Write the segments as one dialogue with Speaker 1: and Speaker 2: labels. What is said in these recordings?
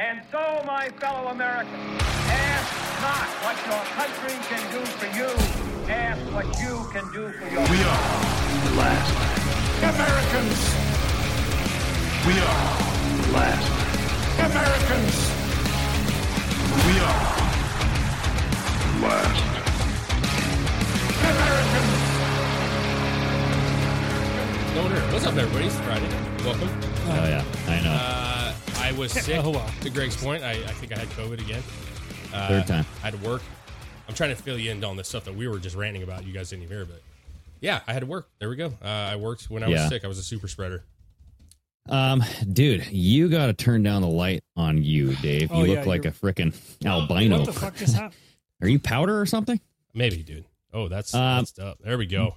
Speaker 1: And so, my fellow Americans, ask not what your country can do for you, ask what you can do for your
Speaker 2: We are the last Americans. We are the last Americans. We are the last Americans.
Speaker 3: No nerve. What's up, everybody? It's Friday. Welcome.
Speaker 4: Oh yeah, I know.
Speaker 3: Uh, I was sick.
Speaker 5: Oh, wow.
Speaker 3: To Greg's point, I, I think I had COVID again. Uh,
Speaker 4: Third time.
Speaker 3: I had to work. I'm trying to fill you in on this stuff that we were just ranting about. You guys didn't even hear, but yeah, I had to work. There we go. Uh, I worked when I was
Speaker 4: Yeah.
Speaker 3: sick. I was a super spreader.
Speaker 4: Um, dude, you got to turn down the light on you, Dave. You
Speaker 5: Oh,
Speaker 4: look
Speaker 5: yeah,
Speaker 4: like a
Speaker 5: you're-
Speaker 4: freaking albino.
Speaker 5: What the fuck just happened?
Speaker 4: Are you powder or something?
Speaker 3: Maybe, dude. Oh, that's
Speaker 4: Um,
Speaker 3: that's up. There we go.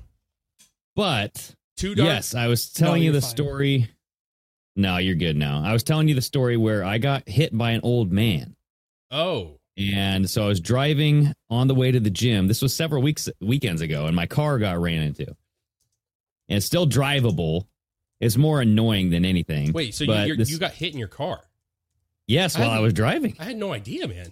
Speaker 4: But
Speaker 3: Too dark.
Speaker 4: yes, I was telling
Speaker 5: No,
Speaker 4: you
Speaker 5: you're
Speaker 4: the
Speaker 5: fine.
Speaker 4: story. No, you're good now. I was telling you the story where I got hit by an old man.
Speaker 3: Oh,
Speaker 4: And so I was driving on the way to the gym. This was several weeks weekends ago, and my car got ran into. And it's still drivable. It's more annoying than anything.
Speaker 3: wait. So you
Speaker 4: but
Speaker 3: you're,
Speaker 4: this-
Speaker 3: you got hit in your car?
Speaker 4: yes
Speaker 3: I
Speaker 4: while I
Speaker 3: didn't-
Speaker 4: was driving.
Speaker 3: I had no idea, man.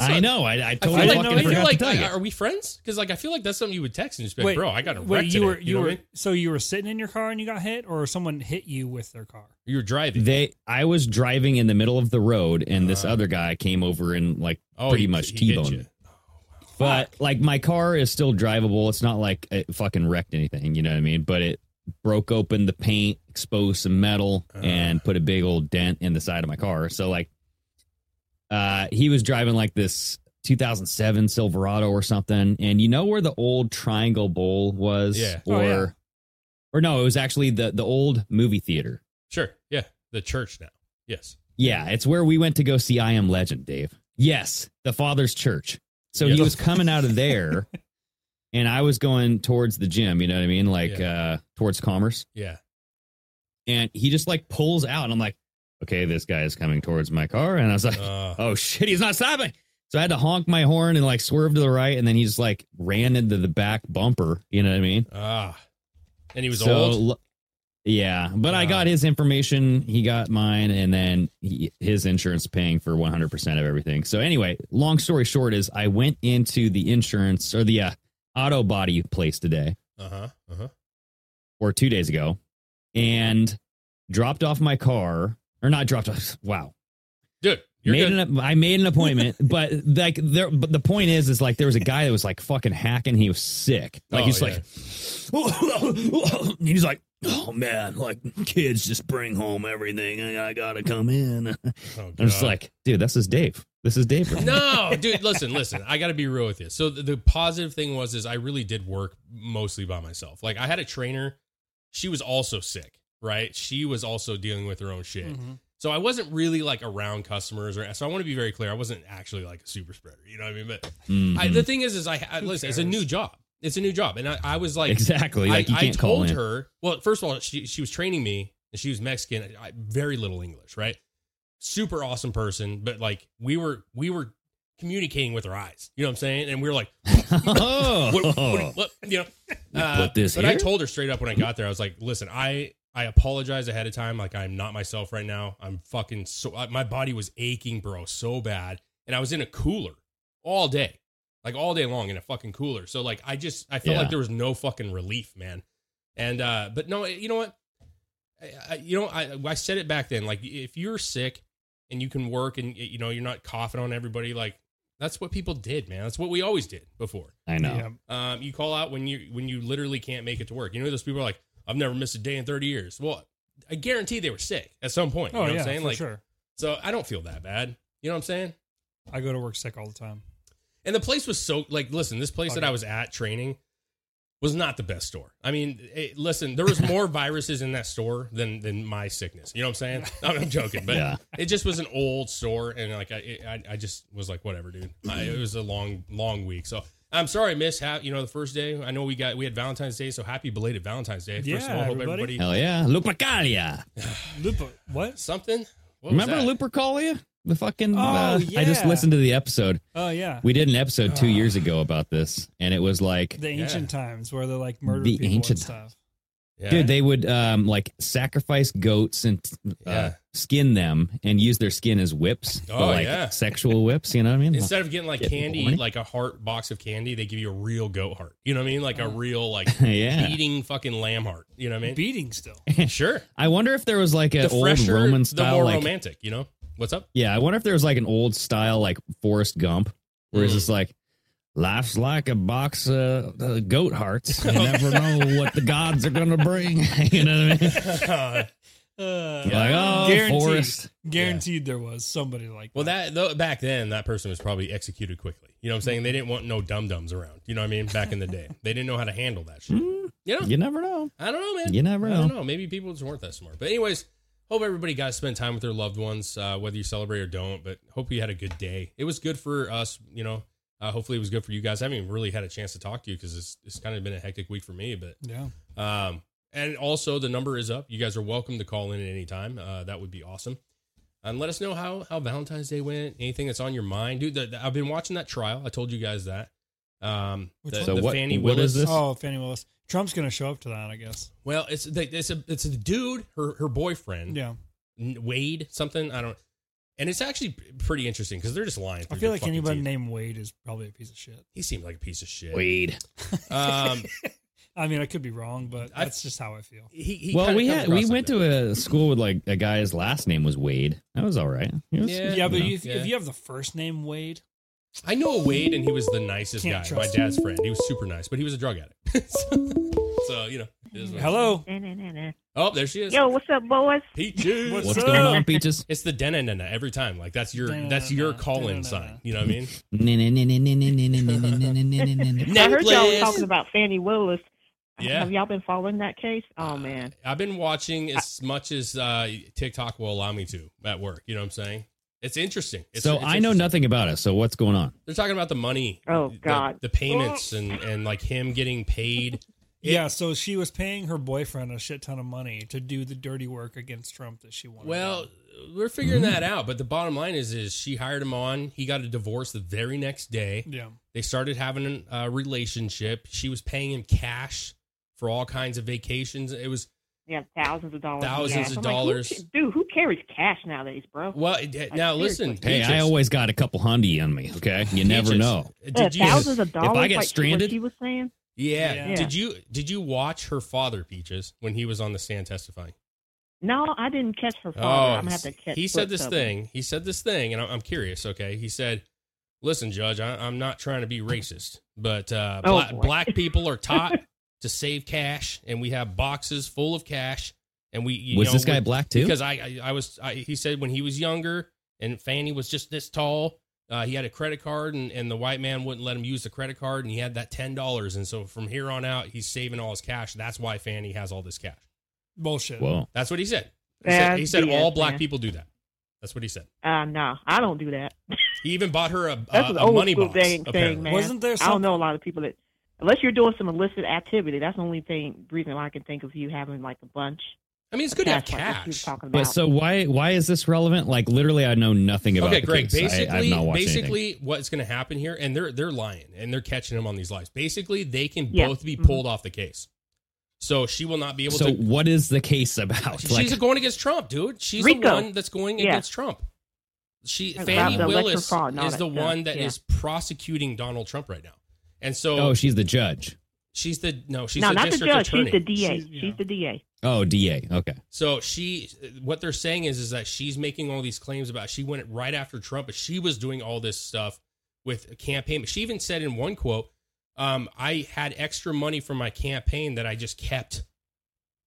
Speaker 4: I
Speaker 3: not-
Speaker 4: know. I, I
Speaker 3: I feel
Speaker 4: totally
Speaker 3: like,
Speaker 4: fucking
Speaker 3: I feel
Speaker 4: forgot
Speaker 3: like uh,
Speaker 4: to tell you.
Speaker 3: are we friends? Because like I feel like that's something you would text and just be like,
Speaker 5: Wait,
Speaker 3: bro, I got a wreck
Speaker 5: wait, you
Speaker 3: today."
Speaker 5: were you,
Speaker 3: know what
Speaker 5: were
Speaker 3: I mean?
Speaker 5: so you were sitting in your car and you got hit, or someone hit you with their car?
Speaker 3: you were driving.
Speaker 4: They, I was driving in the middle of the road, and this
Speaker 3: Uh.
Speaker 4: other guy came over and like
Speaker 3: Oh,
Speaker 4: pretty
Speaker 3: he-
Speaker 4: much
Speaker 3: he hit
Speaker 4: T-boned.
Speaker 3: you.
Speaker 4: me. But like my car is still drivable. It's not like it fucking wrecked anything. You know what I mean? But it broke open the paint, exposed some metal,
Speaker 3: Uh-huh.
Speaker 4: and put a big old dent in the side of my car. So like, uh, he was driving like this 2007 Silverado or something, and you know where the old Triangle Bowl was?
Speaker 3: Yeah.
Speaker 4: Or,
Speaker 5: Oh, yeah.
Speaker 4: or no, it was actually the the old movie theater.
Speaker 3: Sure. Yeah. The church now. Yes.
Speaker 4: Yeah, it's where we went to go see I Am Legend, Dave. Yes, the Father's Church. So
Speaker 3: Yes.
Speaker 4: he was coming out of there, and I was going towards the gym. You know what I mean, like uh, towards Commerce.
Speaker 3: Yeah.
Speaker 4: And he just like pulls out, and I'm like, okay, this guy is coming towards my car, and I was like,
Speaker 3: Uh,
Speaker 4: oh shit, he's not stopping. So I had to honk my horn and like swerve to the right, and then he just like ran into the back bumper. You know what I mean?
Speaker 3: ah. And he was
Speaker 4: So,
Speaker 3: old.
Speaker 4: lo- yeah, but I
Speaker 3: Uh.
Speaker 4: got his information. He got mine, and then he, his insurance paying for 100% of everything. So anyway, long story short is I went into the insurance or the uh, auto body place today
Speaker 3: Uh huh. Uh huh.
Speaker 4: or two days ago, and dropped off my car or not dropped off. Wow,
Speaker 3: Dude, you're
Speaker 4: made
Speaker 3: good.
Speaker 4: an I made an appointment, but like there. But the point is, is like there was a guy that was like fucking hacking. He was sick. Like
Speaker 3: Oh,
Speaker 4: he's
Speaker 3: yeah.
Speaker 4: like, and he's like, oh man, like kids just bring home everything, and I gotta come in.
Speaker 3: Oh,
Speaker 4: I'm just
Speaker 3: God.
Speaker 4: like, dude, this is Dave. This is Dave. right now."
Speaker 3: no, dude. Listen, listen. I got to be real with you. So the, the positive thing was is I really did work mostly by myself. Like I had a trainer. She was also sick. Right. She was also dealing with her own shit.
Speaker 4: Mm-hmm.
Speaker 3: So I wasn't really like around customers, or so I want to be very clear. I wasn't actually like a super spreader, you know what I mean? But
Speaker 4: Mhm.
Speaker 3: I, the thing is, is I, I listen. It's a new job. It's a new job, and I, I was like,
Speaker 4: exactly. Like
Speaker 3: I,
Speaker 4: you
Speaker 3: I
Speaker 4: can't call
Speaker 3: told
Speaker 4: in.
Speaker 3: her. Well, first of all, she she was training me, and she was Mexican. I, very little English, right? Super awesome person, but like we were we were communicating with her eyes. You know what I'm saying? And we were like,
Speaker 4: oh,
Speaker 3: what, what, what- you know. Uh,
Speaker 4: put this
Speaker 3: but I
Speaker 4: here?
Speaker 3: told her straight up when I got there. I was like, "Listen, I I apologize ahead of time. Like I'm not myself right now. I'm fucking so I, my body was aching, bro, so bad, and I was in a cooler all day, like all day long in a fucking cooler. So like I just I felt
Speaker 4: Yeah.
Speaker 3: like there was no fucking relief, man. And uh, but no, you know what? I, I, you know, I I said it back then. Like if you're sick and you can work and you know you're not coughing on everybody like that's what people did man that's what we always did before
Speaker 4: I know.
Speaker 5: Yeah.
Speaker 3: um, you call out when you when you literally can't make it to work you know those people are like i've never missed a day in 30 years well i guarantee they were sick at some point you
Speaker 5: Oh
Speaker 3: know what
Speaker 5: yeah,
Speaker 3: i'm saying
Speaker 5: for
Speaker 3: like
Speaker 5: sure.
Speaker 3: so i don't feel that bad you know what i'm saying
Speaker 5: I go to work sick all the time.
Speaker 3: and the place was so like, listen, this place that I was at training was not the best store. I mean, it, listen, there was more viruses in that store than than my sickness. You know what I'm saying? I'm, I'm joking, but
Speaker 4: Yeah.
Speaker 3: it just was an old store, and like I, it, I, I just was like, whatever, dude. I, it was a long, long week, so. I'm sorry, I missed half. You know, the first day. I know we got we had Valentine's Day, so happy belated Valentine's Day. First
Speaker 5: Yeah,
Speaker 3: of all, hope
Speaker 5: everybody.
Speaker 3: everybody
Speaker 4: Hell yeah, Lupercalia.
Speaker 5: Lupa, uh, what?
Speaker 3: something. What was
Speaker 4: Remember
Speaker 3: that?
Speaker 4: Lupercalia? The fucking.
Speaker 5: Oh,
Speaker 4: uh, I just
Speaker 5: yeah.
Speaker 4: listened to the episode.
Speaker 5: Oh yeah,
Speaker 4: We did an episode
Speaker 3: Ah.
Speaker 4: two years ago about this, and it was like,
Speaker 5: the ancient times where they like murdered
Speaker 4: The
Speaker 5: people
Speaker 4: ancient
Speaker 5: and stuff.
Speaker 3: Yeah.
Speaker 4: dude, they would um like sacrifice goats and uh,
Speaker 3: Yeah.
Speaker 4: skin them and use their skin as whips. but,
Speaker 3: Oh,
Speaker 4: like
Speaker 3: yeah.
Speaker 4: sexual whips. You know what I mean?
Speaker 3: Instead of getting like
Speaker 4: Getting
Speaker 3: candy,
Speaker 4: horny?
Speaker 3: like a heart box of candy, they give you a real goat heart. You know what I mean?
Speaker 4: Oh.
Speaker 3: Like a real like
Speaker 4: Yeah.
Speaker 3: beating fucking lamb heart. You know what I mean?
Speaker 5: Beating still. Uh,
Speaker 3: sure.
Speaker 4: I wonder if there was like an
Speaker 3: The
Speaker 4: old
Speaker 3: fresher,
Speaker 4: Roman
Speaker 3: the
Speaker 4: style
Speaker 3: more
Speaker 4: like
Speaker 3: romantic. You know what's up?
Speaker 4: Yeah, I wonder if there was like an old style like Forrest Gump, where it's
Speaker 3: Mm.
Speaker 4: just like life's like a box of uh, goat hearts. You never know what the gods are gonna bring. you know what I mean?
Speaker 5: Uh,
Speaker 4: Like oh,
Speaker 5: guaranteed,
Speaker 4: Forrest.
Speaker 5: guaranteed there was somebody like
Speaker 3: Well,
Speaker 5: that.
Speaker 3: that though, back then, that person was probably executed quickly. You know what I'm saying? They didn't want no dum dums around. You know what I mean? Back in the day, they didn't know how to handle that shit. You know,
Speaker 4: Hmm, You never know.
Speaker 3: I don't know, man.
Speaker 4: You never
Speaker 3: I don't
Speaker 4: know.
Speaker 3: know. Maybe people just weren't that smart. But anyways, hope everybody got to spend time with their loved ones, uh, whether you celebrate or don't. But hope you had a good day. It was good for us, you know. Uh, hopefully, it was good for you guys. I haven't even really had a chance to talk to you because it's it's kind of been a hectic week for me. But
Speaker 5: Yeah.
Speaker 3: um, and also the number is up. You guys are welcome to call in at any time. Uh, that would be awesome. And let us know how how Valentine's Day went. Anything that's on your mind, dude. The, the- I've been watching that trial. I told you guys that. Um,
Speaker 5: Which
Speaker 3: the,
Speaker 5: one?
Speaker 4: So
Speaker 3: the
Speaker 4: what-
Speaker 3: Fannie
Speaker 4: what is
Speaker 3: Willis-
Speaker 4: This-
Speaker 5: Oh, Fannie Willis. Trump's gonna show up to that, I guess.
Speaker 3: Well, it's the, it's a it's a dude, her her boyfriend,
Speaker 5: Yeah.
Speaker 3: N- Wade something. I don't. And it's actually p- pretty interesting because they're just lying.
Speaker 5: I
Speaker 3: through
Speaker 5: feel
Speaker 3: their
Speaker 5: like
Speaker 3: fucking
Speaker 5: anybody
Speaker 3: teeth.
Speaker 5: named Wade is probably a piece of shit.
Speaker 3: He seemed like a piece of shit.
Speaker 4: Weed.
Speaker 3: Um,
Speaker 5: I mean, I could be wrong, but
Speaker 3: I-
Speaker 5: that's just how I feel.
Speaker 3: he, he
Speaker 4: well,
Speaker 3: kinda
Speaker 4: we
Speaker 3: comes
Speaker 4: had we
Speaker 3: across
Speaker 4: went
Speaker 3: like
Speaker 4: to a school with like a guy. His last name was Wade. That was all right. He was-
Speaker 3: Yeah.
Speaker 5: Yeah, but
Speaker 4: you know.
Speaker 5: if,
Speaker 3: Yeah.
Speaker 5: if you have the first name Wade,
Speaker 3: that. I know a Wade, and he was the nicest
Speaker 5: Can't
Speaker 3: guy. My
Speaker 5: trust
Speaker 3: dad's friend. He was super nice, but he was a drug addict. so, so, you know. it is what-
Speaker 5: hello.
Speaker 3: Oh, there she is.
Speaker 6: Yo, what's up, boys?
Speaker 3: Peaches.
Speaker 5: What's
Speaker 4: what's
Speaker 5: up?
Speaker 4: going on, peaches?
Speaker 3: It's the den and every time. Like that's your that's your
Speaker 5: Da-na-na-na,
Speaker 3: call in
Speaker 5: da-na-na-na.
Speaker 3: sign. You know what I mean?
Speaker 6: I heard y'all
Speaker 3: Necklace.
Speaker 6: was talking about Fannie Willis.
Speaker 3: Yeah. Uh,
Speaker 6: Have y'all been following that case? Oh man.
Speaker 3: I've been watching as much as uh, TikTok will allow me to at work. You know what I'm saying? It's interesting. It's,
Speaker 4: so
Speaker 3: it's
Speaker 4: I know
Speaker 3: interesting.
Speaker 4: nothing about it. So what's going on?
Speaker 3: They're talking about the money.
Speaker 6: Oh,
Speaker 3: the-
Speaker 6: God.
Speaker 3: the, payments and and like him getting paid.
Speaker 5: Yeah, so she was paying her boyfriend a shit ton of money to do the dirty work against Trump that she wanted.
Speaker 3: Well,
Speaker 5: done.
Speaker 3: we're figuring that out. But the bottom line is, is she hired him on. He got a divorce the very next day.
Speaker 5: yeah,
Speaker 3: They started having a relationship. She was paying him cash for all kinds of vacations. It was
Speaker 6: They have thousands of dollars. in
Speaker 3: Thousands
Speaker 6: cash.
Speaker 3: of
Speaker 6: I'm like, who
Speaker 3: dollars.
Speaker 6: ca- dude, who carries cash nowadays, bro?
Speaker 3: well. it- Now listen,
Speaker 6: seriously.
Speaker 4: Hey, I
Speaker 3: Peaches.
Speaker 4: always got a couple hundy on me. Okay, you never
Speaker 3: Peaches,
Speaker 4: know.
Speaker 6: Yeah,
Speaker 3: Did you?
Speaker 6: Uh, thousands of dollars.
Speaker 4: get
Speaker 6: like
Speaker 4: stranded-
Speaker 6: what she was saying.
Speaker 3: Yeah.
Speaker 5: Yeah.
Speaker 3: Did you did you watch her father Peaches when he was on the stand testifying?
Speaker 6: No, I didn't catch her father. Oh, I'm gonna have to catch.
Speaker 3: Oh, he said this
Speaker 6: clips of it.
Speaker 3: thing. He said this thing, and I'm, I'm curious. Okay, he said, "Listen, Judge, I, I'm not trying to be racist, but uh,
Speaker 6: Oh,
Speaker 3: bla-
Speaker 6: boy.
Speaker 3: black people are taught to save cash, and we have boxes full of cash, and we you
Speaker 4: Was
Speaker 3: know,
Speaker 4: this guy
Speaker 3: we-
Speaker 4: black too?
Speaker 3: Because I I, I was I, he said when he was younger, and Fanny was just this tall. Uh, he had a credit card, and, and the white man wouldn't let him use the credit card, and he had that ten dollars, and so from here on out, he's saving all his cash. That's why Fanny has all this cash.
Speaker 5: bullshit.
Speaker 4: Whoa.
Speaker 3: That's what he said. He said, he
Speaker 6: That's
Speaker 3: said
Speaker 6: BS,
Speaker 3: all black
Speaker 6: man.
Speaker 3: people do that. That's what he said.
Speaker 6: Uh, no, I don't do that.
Speaker 3: He even bought her a, a,
Speaker 6: That's an
Speaker 3: Uh, a
Speaker 6: old
Speaker 3: money
Speaker 6: school
Speaker 3: box.
Speaker 6: thing,
Speaker 3: apparently.
Speaker 6: thing, man.
Speaker 5: Wasn't there
Speaker 6: I
Speaker 5: some-
Speaker 6: don't know a lot of people that, unless you're doing some illicit activity. That's the only thing reason why I can think of you having like a bunch.
Speaker 3: I mean, it's
Speaker 6: of
Speaker 3: good to have
Speaker 6: cash, Like what
Speaker 3: cash.
Speaker 6: she was talking about.
Speaker 4: But so why why is this relevant? Like literally, I know nothing about.
Speaker 3: Okay,
Speaker 4: the
Speaker 3: Greg.
Speaker 4: case. I, I've
Speaker 3: Basically,
Speaker 4: not watched
Speaker 3: basically, what's going to happen here? And they're they're lying and they're catching him on these lies. Basically, they can
Speaker 6: Yeah.
Speaker 3: both be
Speaker 6: Mhm.
Speaker 3: pulled off the case. So she will not be able
Speaker 4: anything. So
Speaker 3: to.
Speaker 4: what is the case about?
Speaker 3: She's
Speaker 4: Like,
Speaker 3: going against Trump, dude. She's the
Speaker 6: Rico.
Speaker 3: one that's going
Speaker 6: Yeah.
Speaker 3: against Trump. She
Speaker 6: About
Speaker 3: Fannie
Speaker 6: the election
Speaker 3: Willis
Speaker 6: fraud and all
Speaker 3: is
Speaker 6: that
Speaker 3: the
Speaker 6: stuff,
Speaker 3: one that is
Speaker 6: yeah.
Speaker 3: prosecuting Donald Trump right now, and so
Speaker 4: oh, she's the judge.
Speaker 3: She's the no. She's
Speaker 6: no,
Speaker 3: the
Speaker 6: not the
Speaker 3: district
Speaker 6: judge.
Speaker 3: attorney.
Speaker 6: She's the DA.
Speaker 5: She's-
Speaker 6: She's,
Speaker 5: yeah.
Speaker 6: the DA.
Speaker 4: Oh, DA. Okay.
Speaker 3: So she, what they're saying is, is that she's making all these claims about she went right after Trump, but she was doing all this stuff with a campaign. She even said in one quote, um, "I had extra money from my campaign that I just kept."